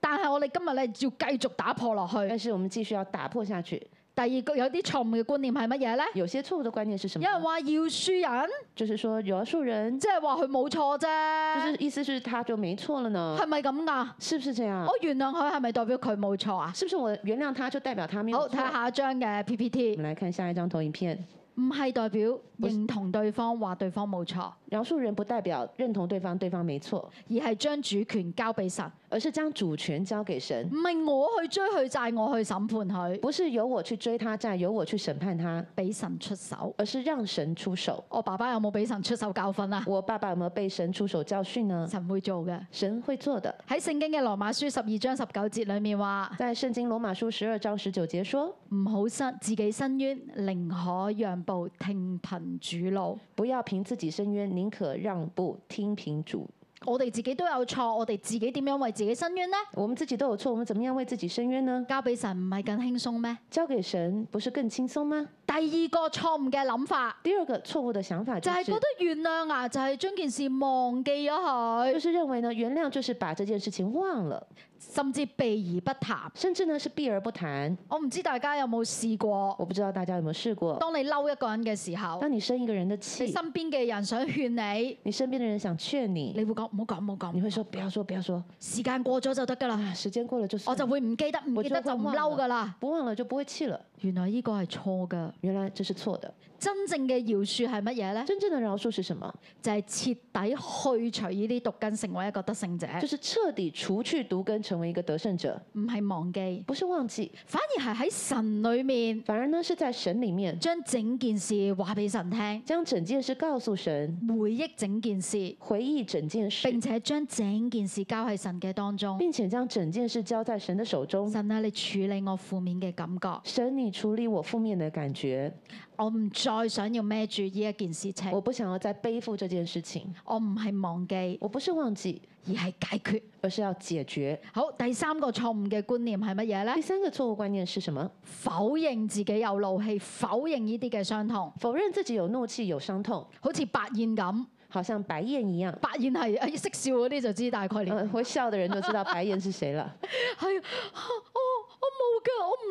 C: 但係我哋今日咧要繼續打破落去。
D: 但是我們繼續要打破下去。
C: 第二個有啲錯誤嘅觀念係乜嘢咧？
D: 有些錯誤的觀念是什
C: 有
D: 麼呢？
C: 人話饒恕人，
D: 就是說饶恕人，
C: 即係話佢冇錯
D: 就是呃
C: 啫，
D: 意思是他就沒錯了呢？
C: 係咪咁噶？
D: 是不是這樣？
C: 我原諒佢係咪代表佢冇錯啊？
D: 是不是我原諒他就代表他沒有
C: 好，睇
D: 錯？
C: 下一張嘅
D: 我
C: PPT，
D: 們來看下一張投影片，
C: 唔係代表認同對方話對方冇錯，
D: 饶恕人不代表认同对方，对方没错，
C: 而係將主權交俾神，
D: 而是将主權交给神
C: 唔，係我去追佢債，我去審判佢，
D: 不是由我去追他债，由我去审判他，
C: 俾神出手。
D: 而是让神出手。
C: 我爸爸有冇俾神出手教訓啊？
D: 我爸爸有没有被神出手教训呢？
C: 神會做嘅。
D: 神会做的。
C: 喺聖經嘅羅馬書十二章十九節裏面話：
D: 在圣经罗马书十二章十九节说：
C: 唔好伸自己伸冤，寧可讓步，聽憑主路。
D: 不要凭自己伸冤，宁可让步，听凭主。
C: 我哋自己都有錯，我哋自己點樣為自己伸冤呢？
D: 我们自己都有错，我们怎么样为自己伸冤呢？
C: 交俾神唔係更輕鬆咩？
D: 交给神不是更轻松吗？
C: 第二個錯誤嘅諗法
D: 第二个错误的想法
C: 就
D: 就
C: 係覺
D: 是，
C: 得原諒啊，就係將件事忘記咗佢，
D: 就是认为呢，原谅就是把这件事情忘了，
C: 甚至避而不談。
D: 甚至呢是避而不谈。
C: 我唔知大家有冇試過，
D: 我不知道大家有没有试过，
C: 當你嬲一個人嘅時候，
D: 当你生一个人的
C: 你
D: 气，
C: 身邊嘅人想勸你，
D: 你身边的人想劝你，
C: 你會講唔好講，唔好
D: 你
C: 講，
D: 会说不要说，不要说，啊
C: 時間過咗就得㗎啦。
D: 时间过了就算
C: 我就
D: 了，
C: 會唔記得，唔
D: 我
C: 記
D: 就
C: 得就
D: 會
C: 唔
D: 忘
C: 嬲
D: 了
C: 噶啦。
D: 不忘了就不会气了。
C: 原來呢個係錯㗎。
D: 原来这是错的。
C: 真正嘅饒恕係乜嘢呢？
D: 真正的饶恕是什么？
C: 就係、徹底去除呢啲毒根，成為一個得勝者，
D: 就是彻底除去毒根，成为一个得胜者，
C: 唔係忘記，
D: 不是忘记，
C: 反而係喺神裏面
D: 反而呢是在神里面
C: 將整件事話俾神聽，
D: 将整件事告诉神，
C: 回憶整件事，
D: 回忆整件事
C: 並，且將整件事交喺神嘅當中。
D: 并且将整件事交在神的手中。
C: 神啊，你處理我負面嘅感覺，
D: 神，你处理我负面的感觉，
C: 我唔再想要孭住呢一件事情，
D: 我不想要再背负这件事情。
C: 我唔係忘記，
D: 我不是忘记，
C: 而係解決。
D: 而是要解决。
C: 好，第三個錯誤嘅觀念係乜嘢呢
D: 第？三个错误观念是什么？
C: 否認自己有怒氣，否認呢啲嘅傷痛，
D: 否认自己有怒气、有伤痛，
C: 好似白燕咁，
D: 好像白燕一样。
C: 白燕係哎識笑嗰啲就知大概
D: 嗯、
C: 年，
D: 会笑的人就知道白燕是谁了。
C: 係啊，啊我我冇㗎，我唔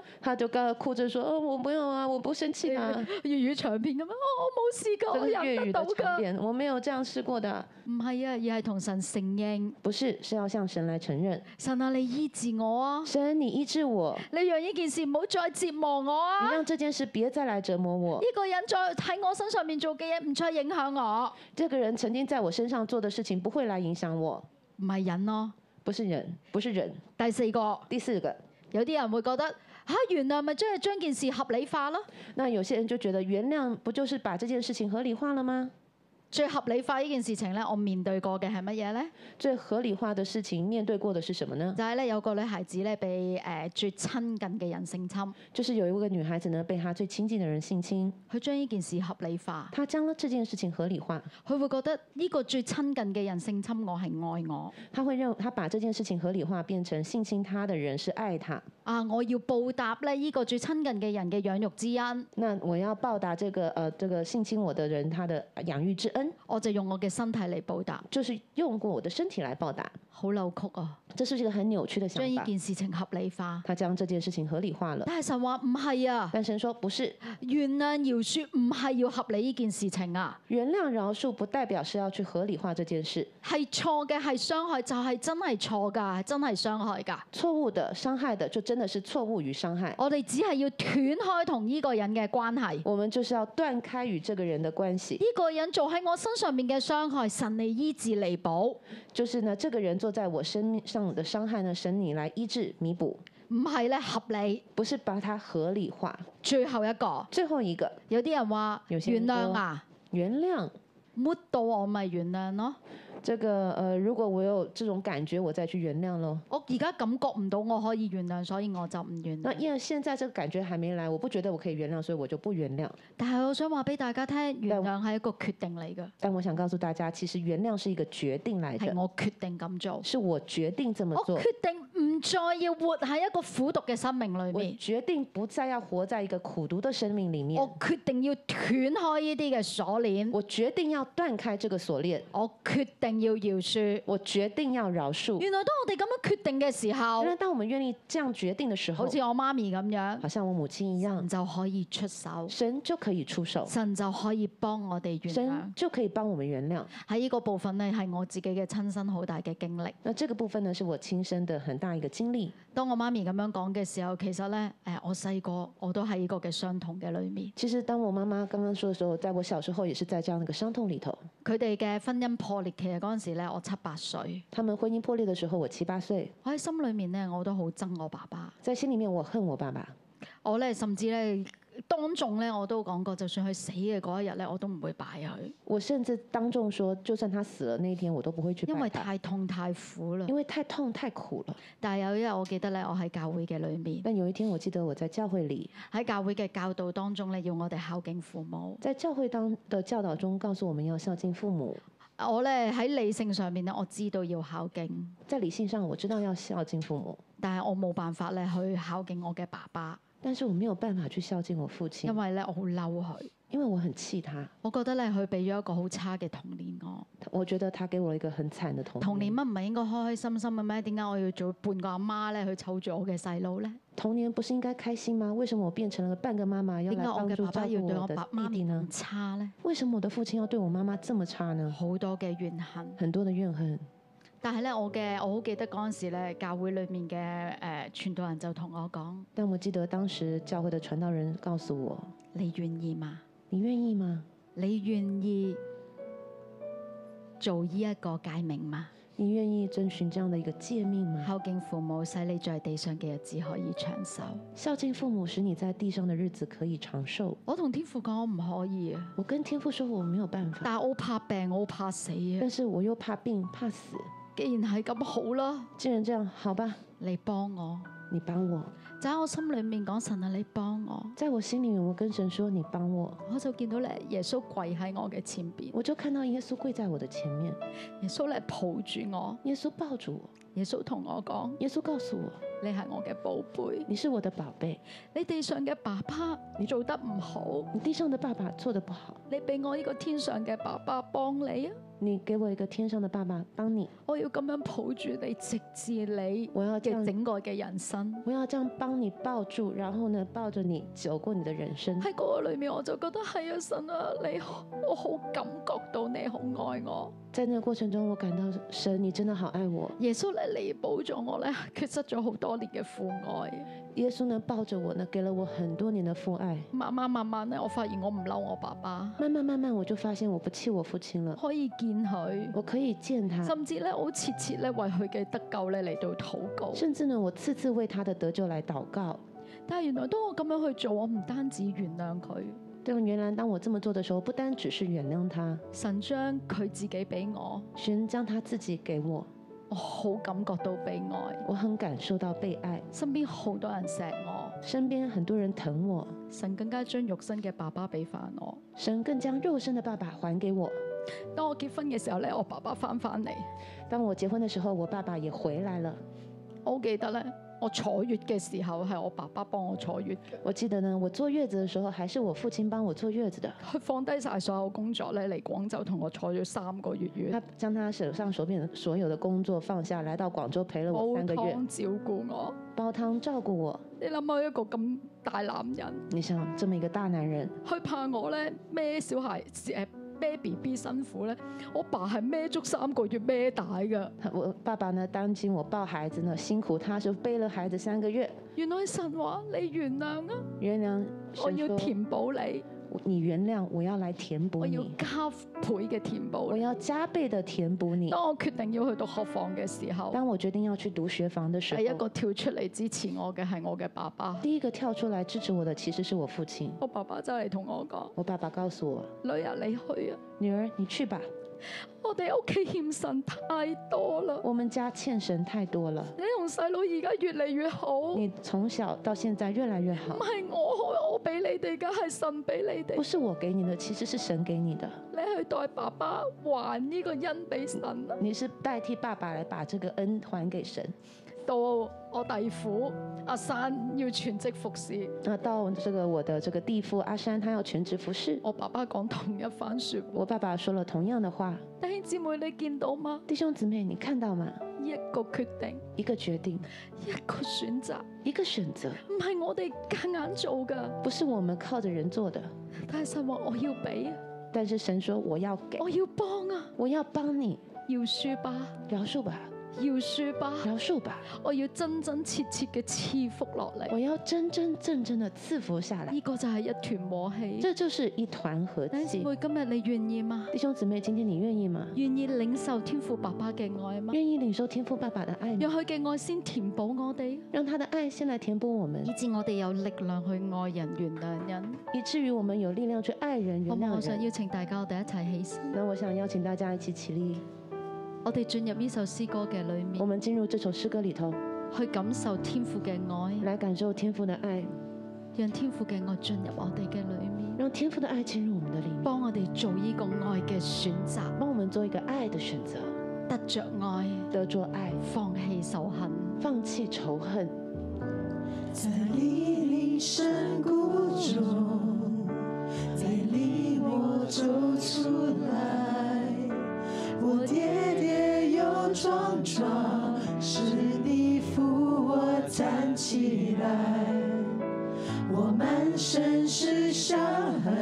C: 嬲
D: 他就刚刚哭着说：“哦，我没有啊，我不生气啊。”
C: 㗎，粵語長片咁樣，哦我冇試過，
D: 这
C: 我
D: 个是
C: 忍
D: 粤
C: 得
D: 语
C: 到
D: 的常
C: 㗎，
D: 见，我没有这样试过的。
C: 唔係啊，而係同神承認，
D: 不是，是要向神来承认，
C: 神啊，你醫治我啊，
D: 神，你医治我，
C: 你讓呢件事唔好再折磨我
D: 你
C: 啊，
D: 让这件事别再来折磨我
C: 呢。個人再喺我身上面做嘅嘢唔再影響我，
D: 这个人曾经在我身上做的事情不会来影响我，
C: 唔係忍咯。
D: 不是人，不是人。
C: 第四個，
D: 第四个，
C: 有啲人會覺得嚇、啊原來咪即係將件事合理化咯。
D: 那有些人就觉得原谅不就是把这件事情合理化了吗？
C: 最合理化呢件事情咧，我面對過嘅係乜嘢咧？
D: 最合理化的事情，面对过的是什么呢？
C: 就係咧有個女孩子咧被誒、呃最親近嘅人性侵，
D: 就是有一个女孩子呢，被她最亲近的人性侵，
C: 佢將呢件事合理化，
D: 她将这件事情合理化，
C: 佢會覺得呢個最親近嘅人性侵我係愛我
D: 她会认，她把这件事情合理化，变成性侵她的人是爱她。
C: 啊！我要報答咧呢個最親近嘅人嘅養育之恩，
D: 那我要报答这个呃这个性侵我的人他的养育之恩，
C: 我就用我嘅身體嚟報答，
D: 就是用过我的身体来报答，
C: 好扭曲啊！
D: 这是一个很扭曲的想
C: 將呢
D: 法。
C: 件事情合理化，
D: 他将这件事情合理化了，
C: 但係神話唔係啊，
D: 但神说不是，
C: 原諒饒恕唔係要合理呢件事情啊，
D: 原谅饶恕不代表是要去合理化这件事，
C: 係錯嘅係傷害，就係、真係錯㗎，真係傷害㗎。
D: 错误的、伤害的就真的是错误与伤害。
C: 我哋只係要斷開同呢個人嘅關係。呢、
D: 我们就是要断开与这个人的关系，
C: 個人做喺我身上面嘅傷害，神嚟醫治彌補，
D: 就是呢，这个人做在我身命上的伤害呢，神你来医治弥补，
C: 唔係咧合理。
D: 不是把它合理化。
C: 最後一個，
D: 最后一个，
C: 有啲人話
D: 有些人
C: 原諒啊，
D: 原谅
C: 抹到我咪原諒咯。
D: 这个呃，如果我有这种感觉，我再去原谅咯。
C: 我而家感覺唔到我可以原諒，所以我就唔原
D: 那
C: 諒。
D: 因为现在这个感觉还没来，我不觉得我可以原谅，所以我就不原谅。
C: 但係我想話俾大家聽，原
D: 但
C: 諒係一個決定嚟嘅，
D: 但我想告诉大家，其实原谅是一个决定来
C: 係
D: 的，
C: 我決定咁做。
D: 是我决定这么
C: 我
D: 做，
C: 決定唔再要活喺一個苦毒嘅生命裏
D: 我
C: 面，
D: 决定不再要活在一个苦读的生命里面
C: 我，決定要斷開呢啲嘅鎖鏈，
D: 我决定要断开这个锁链，
C: 我決定要饒恕。
D: 我决定要饶恕。
C: 原來當我哋咁樣決定嘅時候
D: 原，来当我们愿意这样决定的时候
C: 好，似我媽咪咁樣，
D: 好像我母亲一样
C: 神，就可以出手，
D: 神就可以出手，
C: 神就可以幫我哋嗯原
D: 神
C: 諒。
D: 就可以帮我们原谅。
C: 喺呢個部分呢，係我自己嘅親身好大嘅經歷。
D: 那这个部分呢，是我亲身的很大一个经历。
C: 當我媽咪咁樣講嘅時候，其實咧誒，我細個我都喺呢個嘅傷痛嘅裏面，
D: 其实当我妈妈刚刚说的时候，在我小时候也是在这样的一个伤痛里头。
C: 佢哋嘅婚姻破裂，其實嗰陣時咧我七八歲，
D: 他们婚姻破裂的时候，我七八岁，
C: 我喺心裏面咧我都好憎我爸爸，
D: 在心里面我恨我爸爸。
C: 我咧甚至咧當眾咧我都講過，就算佢死嘅嗰一日咧，我都唔會拜佢，
D: 我甚至当众说，就算他死了那一天，我都不会去
C: 因為
D: 拜他，
C: 太嗯痛太苦啦
D: 因。为太痛太苦了。
C: 但係有一日我記得咧，我喺教會嘅裏面，
D: 但有一天，我記得我在教會里，
C: 喺教會嘅教導當中咧，要我哋孝敬父母。
D: 在教會当的教导中告诉我们要孝敬父母。
C: 我咧喺理性上面咧，我知道要孝敬，
D: 在理性上，我知道要孝敬父母，
C: 但係我冇辦法咧去孝敬我嘅爸爸，
D: 但是我没有办法去孝敬我父
C: 因
D: 亲，
C: 為咧我好嬲佢。
D: 因为我很气他。
C: 我覺得咧，佢俾咗一個好差嘅童年我。
D: 他我觉得他給我一個很慘的童
C: 童年
D: 年。
C: 乜唔係應該開開心心嘅咩？點解我要做半個阿媽咧去湊住我嘅細佬咧？
D: 童年不是應該開心嗎？為什麼我變成了半個媽媽，要
C: 點
D: 來
C: 解我
D: 幫
C: 嘅
D: 助
C: 爸
D: 照
C: 爸要對
D: 顧
C: 我
D: 我的
C: 爸
D: 弟
C: 媽
D: 弟呢
C: 咁？差咧？
D: 為什麼我的父親要對我媽媽這麼差呢？
C: 好多嘅怨恨。
D: 很多的怨恨。
C: 但係咧，我嘅我好記得嗰陣時咧，教會裡面嘅誒傳道人就同我講：
D: 但我記得當時教會的傳道人告訴我
C: 你願意嘛？：“
D: 你願意嗎？
C: 你願意做呢一個誡命嘛？
D: 你願意遵循這樣的一個诫命嗎？
C: 孝敬父母，使你在地上嘅日子可以長壽。
D: 孝敬父母，使你在地上的日子可以長壽。
C: 我同天父講我唔可以啊，”
D: 我跟天父說：“我沒有辦法，
C: 但係我好怕病，我好怕死啊
D: 但。是我又怕病怕死。
C: 既然係咁好啦，
D: 既然這樣，好吧，
C: 你幫我。
D: 你幫我。
C: 就喺我心裡面講神啊，你幫我。
D: 在我心裡面，我跟神說：你幫我。”
C: 我就見到咧耶穌跪喺我嘅前邊，
D: 我就看到耶穌跪在我的前面，
C: 耶穌咧抱住我，
D: 耶穌抱住我，
C: 耶穌同我講：
D: 耶穌告訴我
C: 你係我嘅寶貝。
D: 你是我的寶貝，
C: 你地上嘅爸爸，你做得唔好，
D: 你地上的爸爸做得不好，
C: 你俾我呢個天上嘅爸爸幫你啊！
D: 你給我一個天上的爸爸幫你，
C: 我要咁樣抱住你，直至你
D: 我要這
C: 嘅
D: 樣，
C: 整個嘅人生。
D: 我要這樣幫你抱住，然後呢抱着你走過你的人生。
C: 喺嗰個裏面，我就覺得係啊，神啊，你好我好感覺到你好愛我。
D: 在那個過程中，我感到神，你真的好愛我。
C: 耶穌咧彌補咗我咧缺失咗好多年嘅父愛。
D: 耶穌呢抱着我呢，給了我很多年的父愛。
C: 慢慢慢慢咧，我發現我唔嬲我爸爸，
D: 慢慢慢慢，我就發現我不氣我父親了，
C: 可以見佢，
D: 我可以見他，
C: 甚至咧我好切切咧為佢嘅得救咧嚟到禱告。
D: 甚至呢我次次為他的得救來禱告。
C: 但係原來當我咁樣去做，我唔單止原諒佢，
D: 但啊原來當我這麼做的時候，不單只是原諒他，
C: 神將佢自己俾我，
D: 神將他自己給我，
C: 我好感覺到被愛。
D: 我很感受到被愛，
C: 身邊好多人錫我，
D: 身邊很多人疼我，
C: 神更加將肉身嘅爸爸俾翻我。
D: 神更將肉身的爸爸還給我。
C: 當我結婚嘅時候咧，我爸爸翻返嚟，
D: 當我結婚的時候，我爸爸也回來了。
C: 我好記得咧，我坐月嘅時候係我爸爸幫我坐月嘅，
D: 我記得呢，我坐月子的時候，還是我父親幫我坐月子的，
C: 佢 放低晒所有工作咧嚟廣州同我坐咗三個月
D: 他
C: 月，
D: 將他手上手邊所有的工作放下，來到廣州陪了
C: 煲
D: 我三個月，
C: 湯照顧我。
D: 煲湯照顧我。
C: 你諗下一個咁大男人。
D: 你想這麼一個大男人，
C: 佢怕我咧孭小孩誒孭 B B 辛苦咧，我爸係孭足三個月孭帶㗎。
D: 他我爸爸呢擔心我抱孩子呢辛苦，他是背了孩子三個月，
C: 原來神話你原諒啊，
D: 原諒
C: 我
D: 神
C: 要
D: 說
C: 填補你，
D: 你原諒，我要來填補
C: 我要
D: 你，
C: 加倍嘅填補
D: 我
C: 你。
D: 要加倍的填補你。
C: 當我決定要去讀學房嘅時候，
D: 當我決定要去讀學房的時候，
C: 第一個跳出嚟支持我嘅係我嘅爸爸。
D: 第一個跳出來支持我的其實是我父親。
C: 我爸爸走嚟同我講：
D: 我爸爸告訴我
C: 女啊，你去啊！：“
D: 女兒，你去吧，
C: 我哋屋企欠神太多啦，
D: 我們家欠神太多了。
C: 你同細佬而家越嚟越好，唔
D: 你從小到現在越來越好，
C: 係我好，我俾你哋㗎，係神俾你哋
D: 不。是我給你的，其實是神給你的。
C: 你去代爸爸還呢個恩俾神啦。
D: 你是代替爸爸來把這個恩還給神。
C: 到我弟父阿山要全職服侍，
D: 那到這個我的這個弟夫阿山，他要全職服侍。
C: 我爸爸講同一番説話。
D: 我爸爸說了同樣的話，
C: 弟兄姊妹，你見到嗎？
D: 弟兄姊妹，你看到嗎？
C: 一個決定，
D: 一個決定，
C: 一個選擇，
D: 一個選擇，
C: 唔係我哋夾硬做㗎。
D: 不是我們靠着人做的。
C: 但係神話我要俾，
D: 但是神說我要給，
C: 我要幫啊，
D: 我要幫你
C: 要輸吧。
D: 饶恕吧。
C: 饶恕吧，
G: 饶恕吧，
C: 我要真真切切嘅赐福落嚟。
G: 我要真真正正的赐福下来
C: 呢。個就係一團和氣。
G: 这就是一团和
C: 弟兄姊
G: 气。
C: 妹，今日你願意嗎？
G: 弟兄姊妹，今天你願意嗎？
C: 願意領受天父爸爸嘅愛嗎？
G: 願意領受天父爸爸的愛
C: 讓
G: 嗎？
C: 佢嘅愛先填補我哋，
G: 讓他的愛先來填補我們
C: 以，致我哋有力量去愛人、原諒人。
G: 以至於我們有力量去愛人、
C: 好
G: 原
C: 唔好？
G: 諒
C: 我想
G: 人。
C: 邀請大家，我哋一齊起身，
G: 那我想邀請大家一起起立，
C: 我哋進入呢首詩歌嘅裏
G: 我
C: 面，
G: 們進入這首詩歌裡頭，
C: 去感受天父嘅愛，
G: 來感受天父的愛，
C: 讓天父嘅愛進入我哋嘅裏面，
G: 讓天父的愛進入我們的裡面，
C: 幫我哋做呢個愛嘅選擇，
G: 幫我們做一個愛的選擇，
C: 得着愛，
G: 得着愛，
C: 放棄仇恨。
G: 放棄仇恨，
F: 在砾林深谷中，在砾墨中出来，我跌跌又撞撞，是你扶我站起来。我满身是伤痕，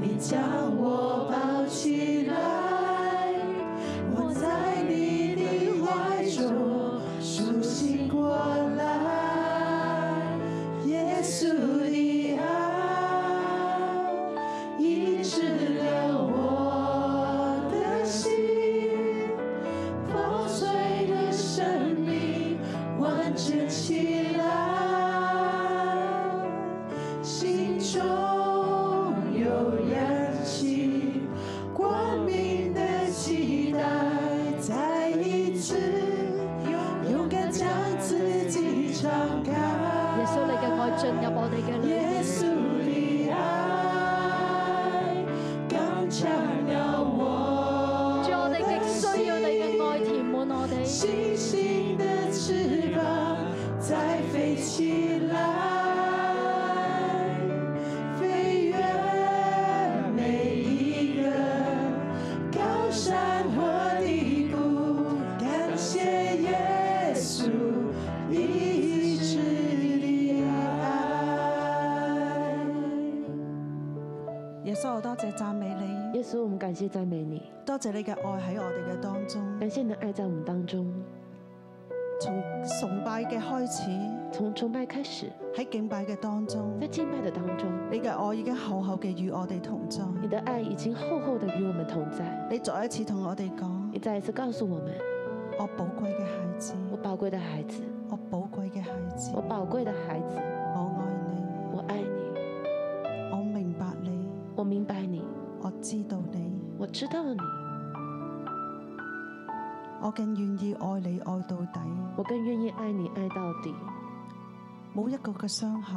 F: 你将我抱起来，我在你的怀中。苏醒过来，耶稣的爱医治了我的心，破碎的生命完整起来，心中有氧气，光明的期待再一次。勇敢将自己敞开。
C: 耶穌，你嘅愛進入我哋嘅裏
F: 耶
C: 面，
F: 稣的爱刚强了我
C: 主我哋極需要你嘅愛填滿我哋，
F: 星星的翅膀再飞起来，飞越每一个高山和低谷。感谢耶稣一直的爱。
H: 耶穌，我多謝讚美你，
G: 耶穌，我們感謝讚美你，
F: 多謝你嘅愛喺我哋嘅當中，
G: 感謝你的愛在我們當中。
F: 從崇拜嘅開始，
G: 從崇拜開始，
F: 喺敬拜嘅當中
G: 在，敬拜的當中，
F: 你嘅愛已經厚厚嘅與我哋同在。
G: 你的愛已經厚厚的與我們同在。
F: 你再一次同我哋講：
G: 你再一次告訴我們，
F: 我寶貴嘅孩子，
G: 我寶貴的孩子，
F: 我寶貴嘅孩子，
G: 我寶貴的孩子，
F: 我愛你，
G: 我愛你，
F: 我明白你，
G: 我明白你，
F: 我知道你，
G: 我知道你，
F: 我更願意愛你愛到底。
G: 我更願意愛你愛到底。
F: 冇一個嘅傷口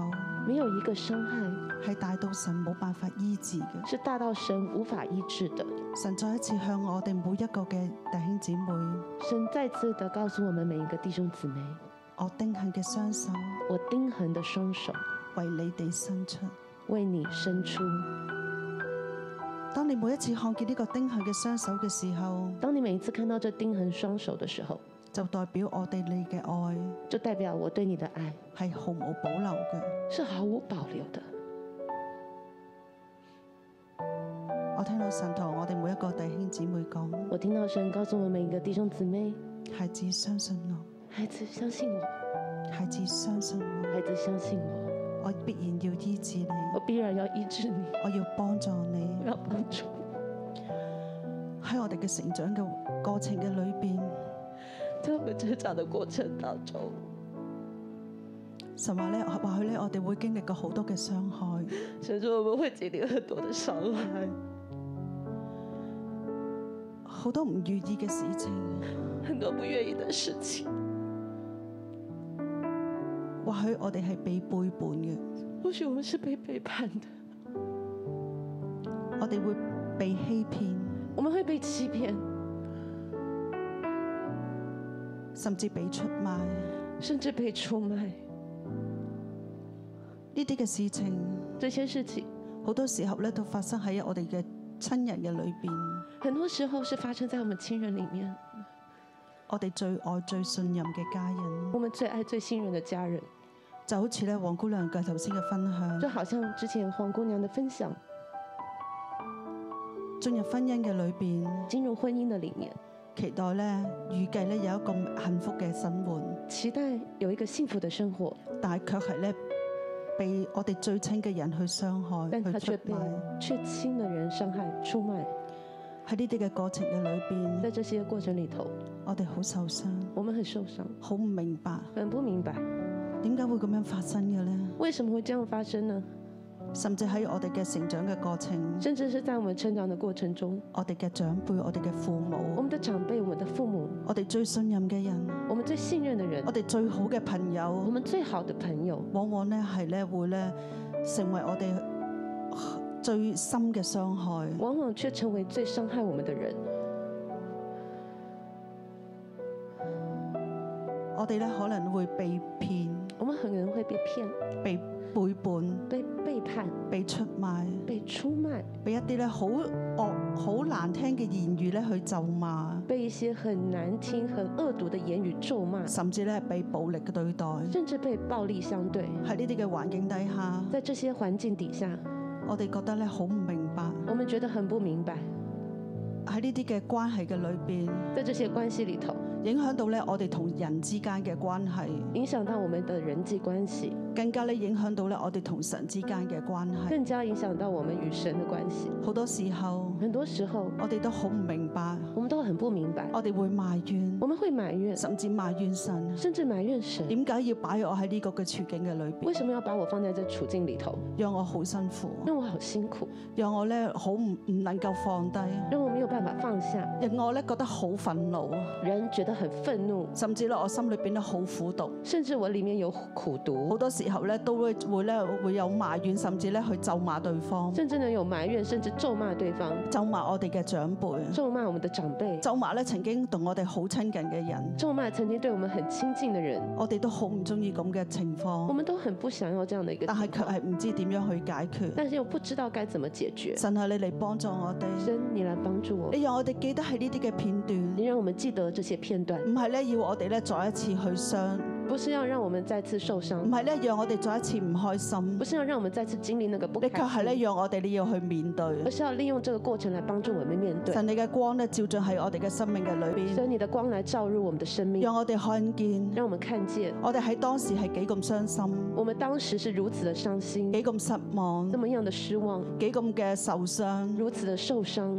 G: 沒有一個傷害
F: 係大到神冇辦法醫治嘅。
G: 是大到神無法醫治的。
F: 神再一次向我哋每一個嘅弟兄姊妹，
G: 神再次的告訴我們每一個弟兄姊妹，
F: 我丁恨嘅雙手
G: 我釘痕的雙手
F: 為你哋伸出。
G: 為你伸出。
F: 當你每一次看見呢個丁痕嘅雙手嘅時候，
G: 當你每一次看到這釘痕雙手的時候，
F: 就代表我對你嘅愛
G: 就代表我對你的愛
F: 係毫無保留嘅。
G: 是毫無保留的。
F: 我聽到神同我哋每一個弟兄姊妹講。
G: 我聽到神告訴我每一個弟兄姊妹，
F: 孩子相信我，
G: 孩子相信我，
F: 孩子相信我，
G: 孩子相信我，
F: 我必然要醫治你，
G: 我必然要醫治你，
F: 我要幫助你。
G: 我要幫助你。
F: 喺我哋嘅成長嘅過程嘅裏邊，
G: 在我們成長的過程當中，
F: 神話咧，或許咧，我哋會經歷過好多嘅傷害，
G: 神說我們會經歷很多的傷害，
F: 好多唔如意嘅事情。
G: 很多不願意的事情。
F: 或許我哋係被背叛嘅，
G: 或許我們是被背叛的，
F: 我哋會被欺騙，
G: 我們會被欺騙，
F: 甚至被出賣。呢
G: 甚至被出賣。
F: 啲嘅事情，
G: 這些事情
F: 好多時候咧都發生喺我哋嘅親人嘅裏邊，
G: 很多時候是發生在我們親人裡面，
F: 我哋最愛、最信任嘅家人，
G: 我們最愛、最信任的家人。
F: 就好似咧黃姑娘嘅頭先嘅分享
G: 就。好像之前黃姑娘的分享，
F: 進入婚姻嘅裏邊，
G: 進入婚姻的裡面，期待咧，預計咧有一個幸福嘅生活，
D: 期待有一个幸福的生活，
G: 但係卻係咧被我哋最親嘅人去傷害、
D: 但他
G: 去
D: 却
G: 出
D: 被
G: 賣。
D: 却亲的人伤害、出卖。
G: 喺呢啲嘅過程嘅裏邊，
D: 在这些过程里头，
G: 我哋好受傷，
D: 我们很受伤，
G: 好唔明白
D: 很不明白
G: 點解會咁樣發生嘅咧。
D: 为什么会这样发生呢？
G: 甚至喺我哋嘅成長嘅過程，
D: 甚至是在我们成长的过程中，
G: 我哋嘅長輩、我哋嘅父
D: 我
G: 母、
D: 们的長輩、我们的父母、
G: 我哋最信任嘅人、
D: 我们最信任的人
G: 我、哋最好嘅朋
D: 我
G: 友，
D: 们最好的朋友，
G: 往往咧係咧會咧成為我哋最深嘅傷害。
D: 往往却成为最伤害我们的人。
G: 我哋咧可能會被騙、
D: 我们很可能会被骗、
G: 被背叛、
D: 被背叛、
G: 被出賣，
D: 被出卖、
G: 俾一啲咧好惡、好難聽嘅言語咧去咒罵，
D: 被一些很难听、很恶毒的言語咒罵，
G: 甚至咧係被暴力嘅對待。喺
D: 甚至被暴力相對。
G: 呢啲嘅環境底下，
D: 在这些环境底下，
G: 我哋覺得咧好唔明白。
D: 我们觉得很不明白，
G: 喺呢啲嘅關係嘅裏邊，
D: 在这些关系里头，
G: 影響到咧我哋同人之間嘅關係，
D: 影响到我们的人际关系，
G: 更加咧影響到咧我哋同神之間嘅關係。
D: 更加影响到我们与神的关系。
G: 好多時候，
D: 很多时候，
G: 我哋都好唔明白，
D: 我们都很不明白，
G: 我哋會埋怨
D: 我，们会埋怨，
G: 甚至埋怨神。
D: 甚至埋怨神，
G: 點解要擺我喺呢個嘅處境嘅裏邊
D: 为？什么要把我放在这处境里头，
G: 讓我好辛苦，
D: 让我好辛苦，
G: 讓我咧好唔唔能夠放低，
D: 让我没有办法放下，
G: 讓我咧覺得好憤怒，啊
D: 人覺得很愤怒，
G: 甚至咧我心裏邊咧好苦毒。啊
D: 甚至我里面有苦
G: 好
D: 毒，
G: 多時候咧都會會咧會有埋怨，甚至咧去咒罵對方，
D: 甚至呢有埋怨，甚至咒罵对方，
G: 咒罵我哋嘅長輩，
D: 咒罵我们的长辈，
G: 咒罵咧曾經同我哋好親近嘅人，
D: 咒罵曾经对我们很亲近的人，
G: 我哋都好唔中意咁嘅情
D: 我
G: 況，
D: 们都很不想要這樣的一个
G: 但係
D: 情
G: 卻
D: 况，
G: 係唔知點樣去解決。
D: 但是又不知道该怎么解决。
G: 神啊，你嚟幫助我哋，
D: 神，你来帮助我，
G: 你哎讓我哋記得係呢啲嘅片段，
D: 你让我们记得这些片段，
G: 唔係咧要我哋咧再一次去傷。
D: 不是要让我们再次受
G: 唔
D: 伤，
G: 係咧，讓我哋再一次唔開心
D: 不，是要讓我们再次经历那个不
G: 你卻係
D: 开
G: 咧，
D: 心，
G: 讓我哋你要去面
D: 而
G: 對。
D: 是要利用这个过程来帮助我们面对。
G: 神，你嘅光咧照進喺我哋嘅生命嘅裏邊，
D: 神，你的光来照入我们的生命，
G: 讓我哋看見，
D: 让我们看见
G: 我哋喺當時係幾咁傷心，
D: 我们当时是如此的伤心，
G: 幾咁失望
D: 这，么样的失望，
G: 幾咁嘅受傷。
D: 如此的受伤。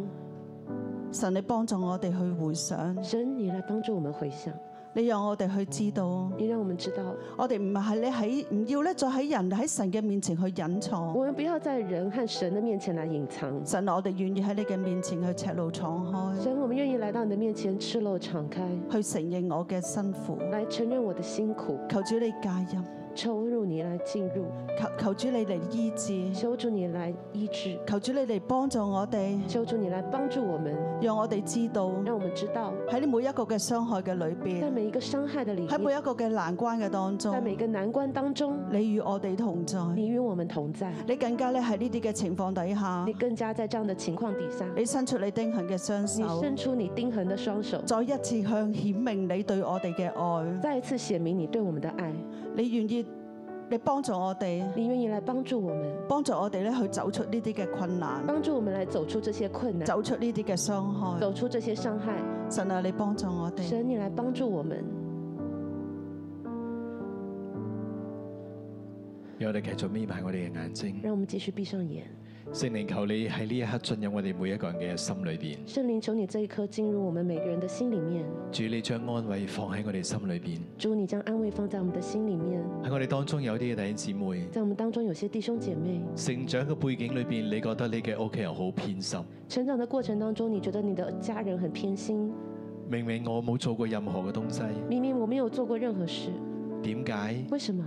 G: 神，你幫助我哋去回想，
D: 神，你来帮助我们回想，
G: 你讓我哋去知道，
D: 你让我们知道，
G: 我哋唔係你喺唔要咧，再喺人喺神嘅面前去隱藏。
D: 我们不要在人和神的面前来隐藏。
G: 神，我哋願意喺你嘅面前去赤露敞開，
D: 神，我们愿意来到你的面前，赤裸敞开，
G: 去承認我嘅辛苦。
D: 来承认我的辛苦，
G: 求主你介入，
D: 抽入你来进入，
G: 求求主你嚟醫治。
D: 求主你来医治，
G: 求主你嚟幫助我哋，
D: 求主你来帮助我们，
G: 讓我哋知道
D: 让我们知道，
G: 喺你每一個嘅傷害嘅裏
D: 在
G: 邊，
D: 每一个伤害的里
G: 喺每
D: 面，
G: 一個嘅難關嘅當
D: 在每
G: 中，
D: 个难关当中，
G: 你與我哋同在。
D: 你与我们同在。
G: 你更加咧喺呢啲嘅情況底下
D: 你，更加在这样的情况底下，
G: 你伸出你釘痕嘅雙
D: 你
G: 手，
D: 伸出你钉痕的双手，
G: 再一次向顯明你對我哋嘅愛。
D: 再一次显明你对我们的爱。
G: 你願意，你幫助我哋，
D: 你愿意来帮助我们，
G: 幫助我哋咧去走出呢啲嘅困難，
D: 帮助我们来走出这些困难，
G: 走出呢啲嘅傷害。
D: 走出这些伤害。
G: 神啊，你幫助我哋。
D: 神，你来帮助我们，
I: 让我哋繼續眯埋我哋嘅眼睛。
D: 让我们继续闭上眼。
I: 聖靈求你喺呢一刻進入我哋每一個人嘅心裏邊。
D: 圣灵，求你这一刻进入我们每个人的心里面。
I: 主，你將安慰放喺我哋心裏邊。
D: 主，你将安慰放在我们的心里面。
I: 喺我哋當中有啲嘅弟兄姊妹，
D: 在我们当中有些弟兄姐妹，
I: 成長嘅背景裏邊，你覺得你嘅屋企人好偏心。
D: 成长的过程当中，你觉得你的家人很偏心，
I: 明明我冇做過任何嘅東西，
D: 明明我没有做过任何事，
I: 點解
D: 为什么？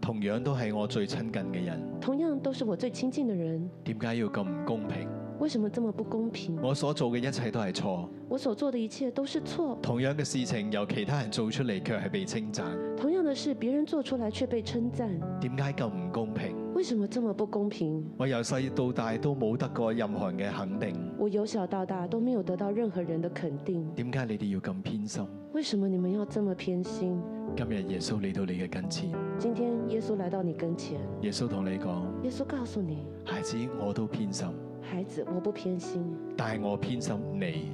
I: 同樣都係我最親近嘅人，
D: 同样都是我最亲近的人，
I: 點解要咁唔公平？
D: 为什么这么不公平？
I: 我所做嘅一切都係錯，
D: 我所做的一切都是错，
I: 同樣嘅事情由其他人做出嚟，卻係被稱讚，
D: 同样的事别人做出来却被称赞，
I: 點解咁唔公平？
D: 为什么这么不公平？
I: 我由細到大都冇得過任何人嘅肯定，
D: 我由小到大都没有得到任何人的肯定，
I: 點解你哋要咁偏心？
D: 为什么你们要这么偏心？
I: 今日耶穌嚟到你嘅跟前，
D: 今天耶稣来到你跟前，
I: 耶穌同你講：
D: 耶稣告诉你，
I: 孩子，我都偏心，
D: 孩子，我不偏心，
I: 但係我偏心你。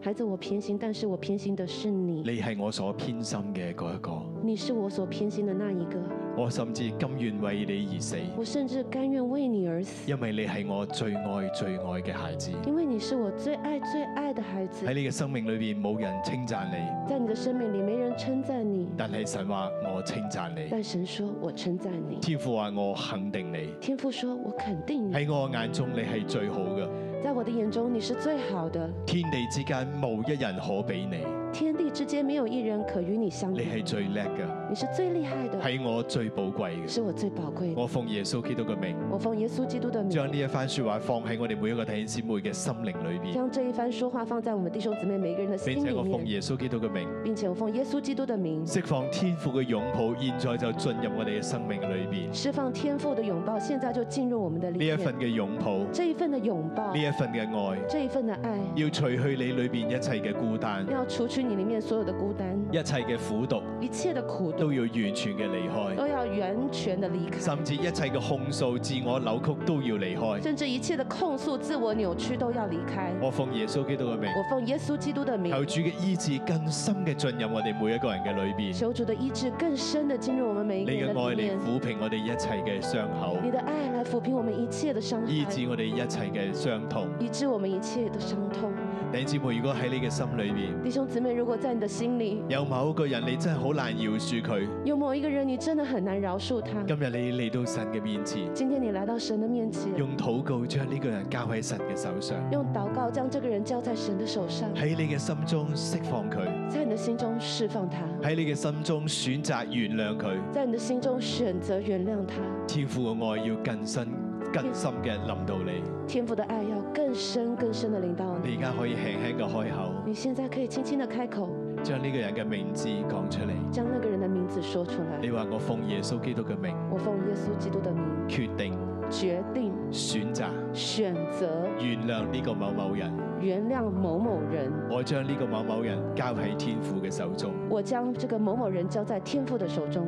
D: 孩子，我偏心，但是我偏心的是你，
I: 你係我所偏心嘅嗰一個，
D: 你是我所偏心的那一个。
I: 我甚至甘願為你而死，
D: 我甚至甘愿为你而死，
I: 因為你係我最愛最愛嘅孩子。
D: 因为你是我最爱最爱的孩子
I: 喺。你嘅生命裏邊冇人稱讚你，
D: 在你的生命里，没人称赞你，
I: 但係神話我稱讚你，
D: 但神说我称赞你。
I: 天父話我肯定你。
D: 天父说：“我肯定你，
I: 喺我眼中你係最好嘅，
D: 在我的眼中你是最好的，
I: 天地之間冇一人可比你，
D: 天地之间没有一人可与你相
I: 你
D: 比，
I: 係最叻嘅，
D: 你是最厉害的，
I: 係我最寶貴嘅。
D: 是我最宝贵的。
I: 我奉耶穌基督嘅名，
D: 我奉耶穌基督的名，
I: 將呢一番説話放喺我哋每一個弟兄姊妹嘅心靈裏邊。
D: 将这一番说话放在我们弟兄姊妹每个人的心
I: 並且
D: 里
I: 我奉
D: 面，
I: 耶穌基督嘅名，
D: 并且我奉耶穌基督的名，
I: 釋放天父嘅擁抱，現在就進入我哋嘅生命裏邊。
D: 释放天父的拥抱，现在就进入我们的里
I: 呢一
D: 面。
I: 份嘅擁抱，呢
D: 这一份的拥抱，
I: 一份嘅愛，
D: 这一份的爱，
I: 要除去你裏邊一切嘅孤單，
D: 要除去你里面所有的孤单，
I: 一切嘅苦毒，
D: 一切的苦毒
I: 都要完全嘅離開，
D: 都要完全的离开，
I: 甚至一切嘅控訴、自我扭曲都要離開。
D: 甚至一切的控诉、自我扭曲都要离开。
I: 我奉耶穌基督嘅名，
D: 我奉耶穌基督的名，
I: 求主嘅醫治更深嘅進入我哋每一個人嘅裏邊。
D: 求主的医治更深的进入我们每一
I: 你嘅
D: 个人的
I: 愛
D: 里面
I: 嚟。撫平我哋一切嘅傷口，
D: 你的爱来抚平我们一切的伤害，
I: 醫治我哋一切嘅傷痛。
D: 医治我们一切的伤痛。
I: 弟兄姊妹，如果喺你嘅心裏邊，
D: 弟兄姊妹，如果在你的心里
I: 有某一個人你真係好難饒恕佢，
D: 有某一个人，你真的很难饶恕他。
I: 今日你嚟到神嘅面前，
D: 今天你来到神的面前，
I: 用禱告將呢個人交喺神嘅手上，
D: 用祷告将这个人交在神的手上，
I: 喺你嘅心中釋放佢，
D: 在你的心中释放他，
I: 喺你嘅心中選擇原諒佢。
D: 在你的心中选择原谅他。
I: 天父嘅愛要更深、更深嘅臨到你。
D: 天父的爱要更深更深的领到你。
I: 你而家可以輕輕嘅開口，
D: 你现在可以轻轻的开口，
I: 將呢個人嘅名字講出嚟。
D: 将那个人的名字说出来
I: 你。話我奉耶穌基督嘅名，
D: 我奉耶穌基督的名，
I: 決定
D: 决定
I: 選擇
D: 选择
I: 原諒呢個某某人，
D: 原谅某某人，
I: 我將呢個某某人交喺天父嘅手中。
D: 我将这个某某人交在天父的手中。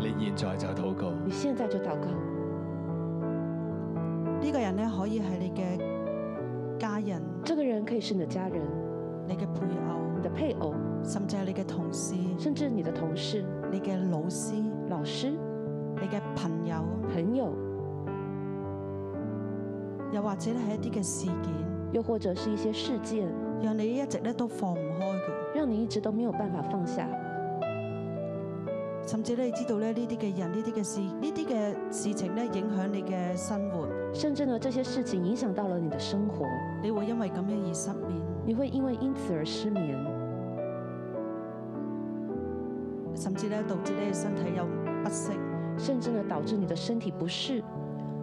I: 你現在就禱告。
D: 你现在就祷告，
G: 呢個人咧可以係你嘅家人、
D: 这个人可以是你的家人、
G: 你嘅配
D: 你
G: 偶，
D: 的配偶，
G: 甚至係你嘅同事、
D: 甚至你的同事、
G: 你嘅老師、
D: 老师、
G: 你嘅朋友，
D: 朋友，
G: 又或者咧係一啲嘅事件，
D: 又或者是一些事件，
G: 讓你一直咧都放唔開嘅，
D: 让你一直都没有办法放下，
G: 甚至咧你知道咧呢啲嘅人、呢啲嘅事、呢啲嘅事情咧影響你嘅生活，
D: 甚至呢这些事情影响到了你的生活，
G: 你會因為咁樣而失眠，
D: 你会因为因此而失眠，
G: 甚至咧導致你嘅身體有不適。
D: 甚至呢导致你的身体不适。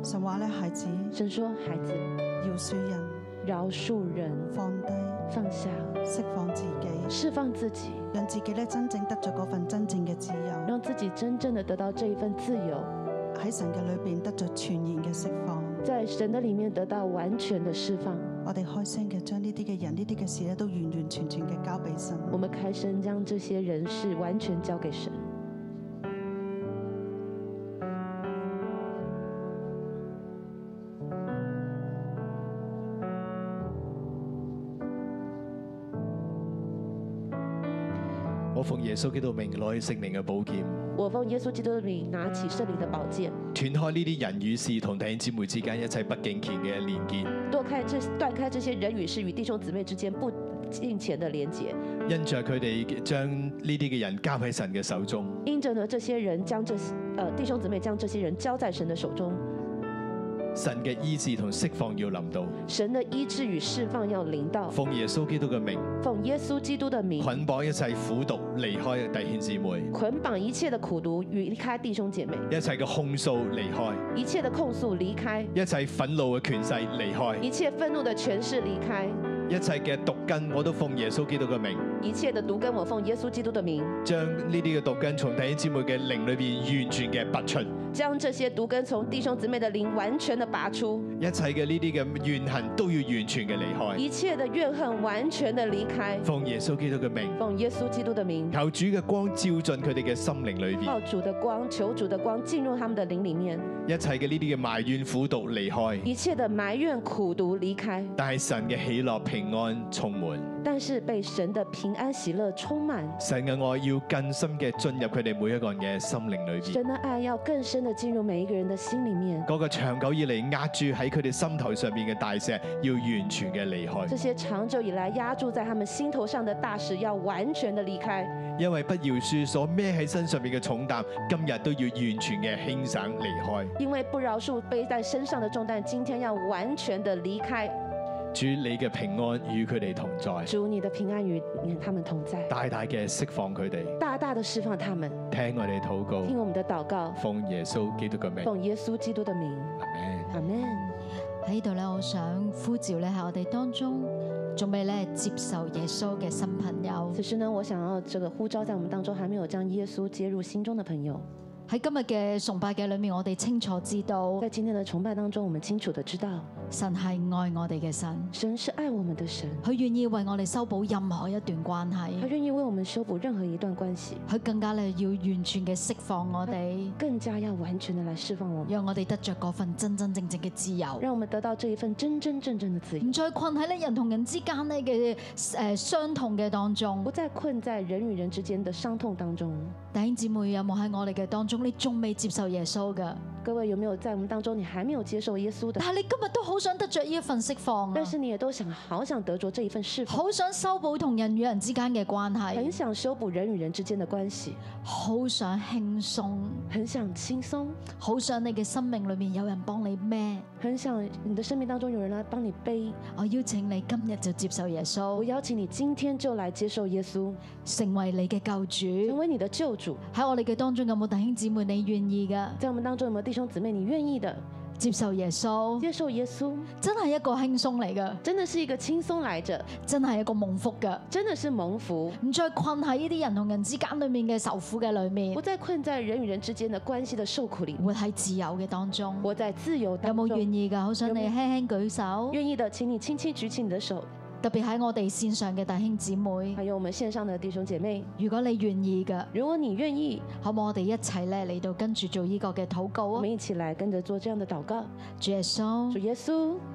G: 神話咧，孩子
D: 神说：“孩子，
G: 要恕人，
D: 饶恕人，
G: 放低，
D: 放下，
G: 釋放自己。
D: 释放自己，
G: 讓自己咧真正得咗嗰份真正嘅自由，
D: 让自己真正的得到这一份自由。”
G: 喺神嘅裏邊得咗全然嘅釋放。
D: 在神的里面得到完全的释放。
G: 我哋開聲嘅將呢啲嘅人、呢啲嘅事咧，都完完全全嘅交俾神。
D: 我们开声将这些人事完全交给神。
I: 我奉耶穌基督名攞起聖靈嘅寶劍，
D: 我奉耶稣基督的名，拿起圣灵的宝剑，
I: 斷開呢啲人與事同弟兄姊妹之間一切不敬虔嘅連結，
D: 剁开这断开这些人与事与弟兄姊妹之间不敬虔的连结，
I: 因着佢哋將呢啲嘅人交喺神嘅手中，
D: 因着呢这些人将这呃弟兄姊妹将这些人交在神的手中，
I: 神嘅醫治同釋放要臨到。
D: 神的医治与释放要临到。
I: 奉耶穌基督嘅名，
D: 奉耶稣基督的名，
I: 捆綁一切苦毒，離開弟兄姊妹，
D: 捆绑一切的苦毒与离开弟兄姐妹，
I: 一切嘅控訴離開，
D: 一切的控诉离开，
I: 一切憤怒嘅權勢離開，
D: 一切愤怒的权势离开，
I: 一切嘅毒根我都奉耶穌基督嘅名，
D: 一切的毒根我奉耶稣基督的名。
I: 將呢啲嘅毒根從弟兄姊妹嘅靈裏邊完全嘅拔出。
D: 将这些毒根从弟兄姊妹的灵完全的拔出，
I: 一切嘅呢啲嘅怨恨都要完全嘅離
D: 一切的怨恨完全的离开
I: 開。。奉耶穌基督嘅名，
D: 奉耶穌基督的名，
I: 求主嘅光照進佢哋嘅心靈裏邊
D: 靠，主的光，求主的光进入他们的灵里面，
I: 一切嘅呢啲嘅埋怨苦毒離開。
D: 一切的埋怨、苦毒离开，
I: 但係神嘅喜樂平安充滿，
D: 但是被神的平安喜乐充满。
I: 神嘅愛要更深嘅進入佢哋每一個人嘅心靈裏邊。
D: 神的爱要更深的进入每一个人的心里面，
I: 嗰個長久以嚟壓住喺佢哋心頭上邊嘅大石，要完全嘅離
D: 这
I: 開，
D: 些长久以来压住在他们心头上的大事要完全的离开，
I: 因為不饒恕所孭喺身上邊嘅重擔，今日都要完全嘅輕省離開。
D: 因为不饶恕背在身上的重担，今天要完全的离开。
I: 主，你嘅平安與佢哋同在，
D: 主，你的平安与他们同在，
I: 大大嘅釋放佢哋，
D: 大大的释放他们。
I: 聽我哋禱告，
D: 听我们的祷告，
I: 奉耶穌基督嘅名，
D: 奉耶稣基督的名，
I: 阿門。
D: 阿门。
C: 喺呢度咧，我想呼召咧喺我哋當中，仲未咧接受耶穌嘅新朋友。
D: 此时呢，我想要这个呼召在我们当中还没有将耶稣接入心中的朋友，
C: 喺今日嘅崇拜嘅裏面，我哋清楚知道
D: 在今天的崇拜当中，我们清楚的知道，
C: 神係愛我哋嘅神，
D: 神是愛我们的神，
C: 佢願意為我哋修補任何一段關
D: 他
C: 係，
D: 愿意為我们修補任何一段關係，
C: 佢更加咧要完全嘅釋放我哋，
D: 更加要完全的來釋放我們，
C: 讓我哋得着嗰份真真正正嘅自由。
D: 讓我們得到這一份真真正正的自由
C: 唔，再困喺咧人同人之間咧嘅誒傷痛嘅當中
D: 不，再困在人與人之間的傷痛當中。
C: 弟兄姊妹有冇喺我哋嘅當中？你仲未接受耶穌嘅，
D: 各位有沒有在我們當中你還沒有接受耶穌的
C: 但，係你今日都好想得着呢一份釋放啊
D: 但是你也都想好想得着這一份釋放，
C: 好想修補同人與人之間嘅關
D: 很
C: 係，
D: 想修補人與人之間的關係，
C: 好想輕鬆，
D: 很想輕鬆，
C: 好想你嘅生命裏面有人幫你孭。
D: 很想你的生命當中有人來幫你背。
C: 我邀請你今日就接受耶
D: 我
C: 穌，
D: 邀請你今天就來接受耶穌，
C: 成為你嘅救
D: 成
C: 主。
D: 為你的救主。
C: 喺我哋嘅當中有冇弟兄姊妹你願意嘅
D: 在我們當中有沒有弟兄姊妹，你願意的
C: 接受耶穌？
D: 接受耶穌？
C: 真係一個輕鬆嚟嘅，
D: 真的是一個輕鬆來着，
C: 真係一個蒙福嘅，
D: 真的是蒙福，
C: 唔再困喺呢啲人同人之間裏面嘅受苦嘅裏面
D: 不，再困在人與人之間的關係的受苦裡，
C: 活喺自由嘅當中。
D: 活在自由
C: 有
D: 當
C: 冇
D: 中。
C: 願意嘅？好想
D: 有
C: 你
D: 冇
C: 輕輕舉手，
D: 願意的，請你輕輕舉起你的手。
C: 特別喺我哋線上嘅弟兄姊妹。
D: 還有我們線上的弟兄姐妹，
C: 如果你願意嘅，
D: 如果你願意，
C: 可唔可以我哋一齊咧嚟到跟住做呢個嘅禱告
D: 我
C: 啊
D: 們？一起來跟着做這樣的禱告。
C: 主耶
D: 主
C: 穌，
D: 耶穌，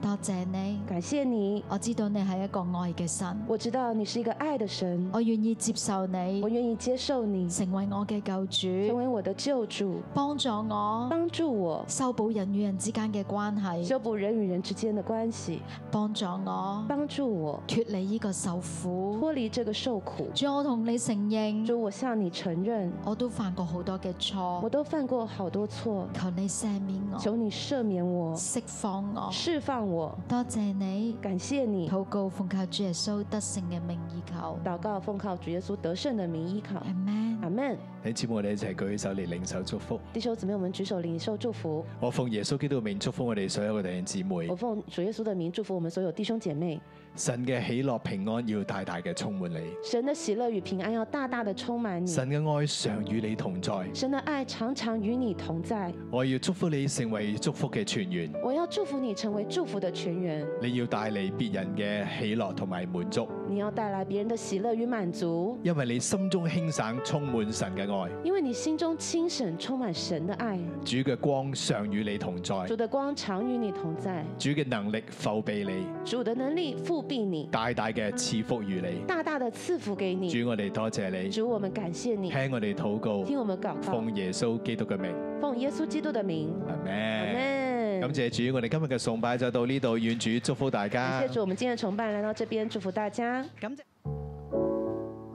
C: 多謝你，
D: 感謝你，
C: 我知道你係一個愛嘅神，
D: 我知道你是一個愛的神，
C: 我願意接受你
D: 我，願意接受你，
C: 成為我嘅救
D: 成
C: 主，
D: 為我的救主，
C: 幫助我
D: 幫助我
C: 修補人與人之間嘅關係，
D: 修補人與人之間的關係，
C: 幫助我
D: 幫助我
C: 脱離呢個受苦。
D: 脫離這個受苦。
C: 主，我同你承認，
D: 主，我向你承認，
C: 我都犯過好多嘅
D: 我
C: 錯，
D: 都犯過好多錯，
C: 求你赦免我，
D: 求你赦免我，
C: 釋放我。
D: 釋放我，
C: 多謝你，
D: 感謝你。
C: 禱告奉靠主耶穌得勝嘅名義求。
D: 禱告奉靠主耶穌得勝的名依靠，
C: Amen
D: 阿。門。
I: 你姊妹，我哋一齊舉起手嚟領受祝福。
D: 弟兄姊妹，我們舉手領受祝福。
I: 我奉耶穌基督嘅名祝福我哋所有嘅弟兄姊妹
D: 我，奉主耶穌的名祝福我們所有弟兄姐妹，
I: 神嘅喜樂平安要大大嘅充滿你，
D: 神的喜樂與平安要大大的充滿你。
I: 神嘅愛常與你同在。
D: 神的愛常常與你同在。
I: 我要祝福你成為祝福嘅傳員，
D: 我要祝福你成為祝福的泉源，
I: 你要帶嚟別人嘅喜樂同埋滿足，
D: 你要帶來別人的喜樂與滿足。
I: 因為你心中輕省充滿神嘅愛，
D: 因为你心中清省，充满神的爱，
I: 主嘅光常與你同在，
D: 主的光常與你同在，
I: 主嘅能力覆庇你，
D: 主的能力覆庇你，
I: 大大嘅賜福於你。
D: 大大的赐福給你。
I: 主，我哋多謝你，
D: 主，我们感謝你，
I: 聽我哋禱告，
D: 聽我們禱告，
I: 奉耶穌基督嘅名，
D: 奉耶穌基督的名，
I: 阿
D: 阿
I: 門。哎感
D: 門。
I: 謝主，我哋今日嘅崇拜就到呢度，願主祝福大家
D: 感。謝主，我們今天的崇拜來到這邊，祝福大家。
J: 感謝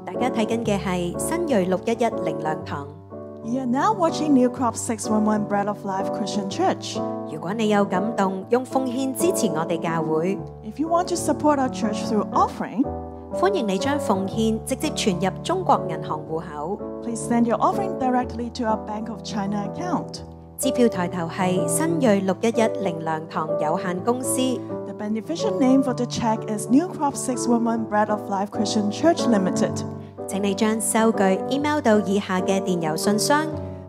K: 大家睇緊嘅係新锐六一一靈糧堂。
L: You are now watching New Crop 611 Bread of Life Christian Church.
K: 如果你有感動，用奉獻支持我哋教會，
L: If you want to support our church through offering,
K: 歡迎你將奉獻直接存入中國銀行户口，
L: please send your offering directly to our Bank of China account.
K: 支票抬頭係新锐六一一靈糧堂有限公司，
L: The beneficial name for the check is New Crop 611 Bread of Life Christian Church Limited.
K: 請你將收據 email 到以下嘅電郵信箱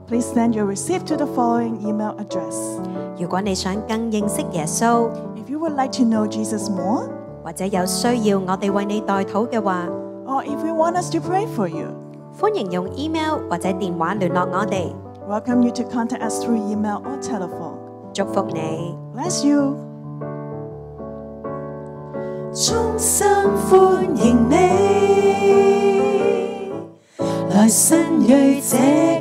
L: Please send your receipt to the following email address.
K: 如果你想更認識耶穌，
L: If you would like to know Jesus more,
K: 或者有需要我哋為你代禱嘅話，
L: or if you want us to pray for you,
K: 歡迎用 email 或者電話聯絡我哋。
L: welcome you to contact us through email or telephone.
K: 祝福你。
L: Bless you.
F: 衷心歡迎你，來新蕊這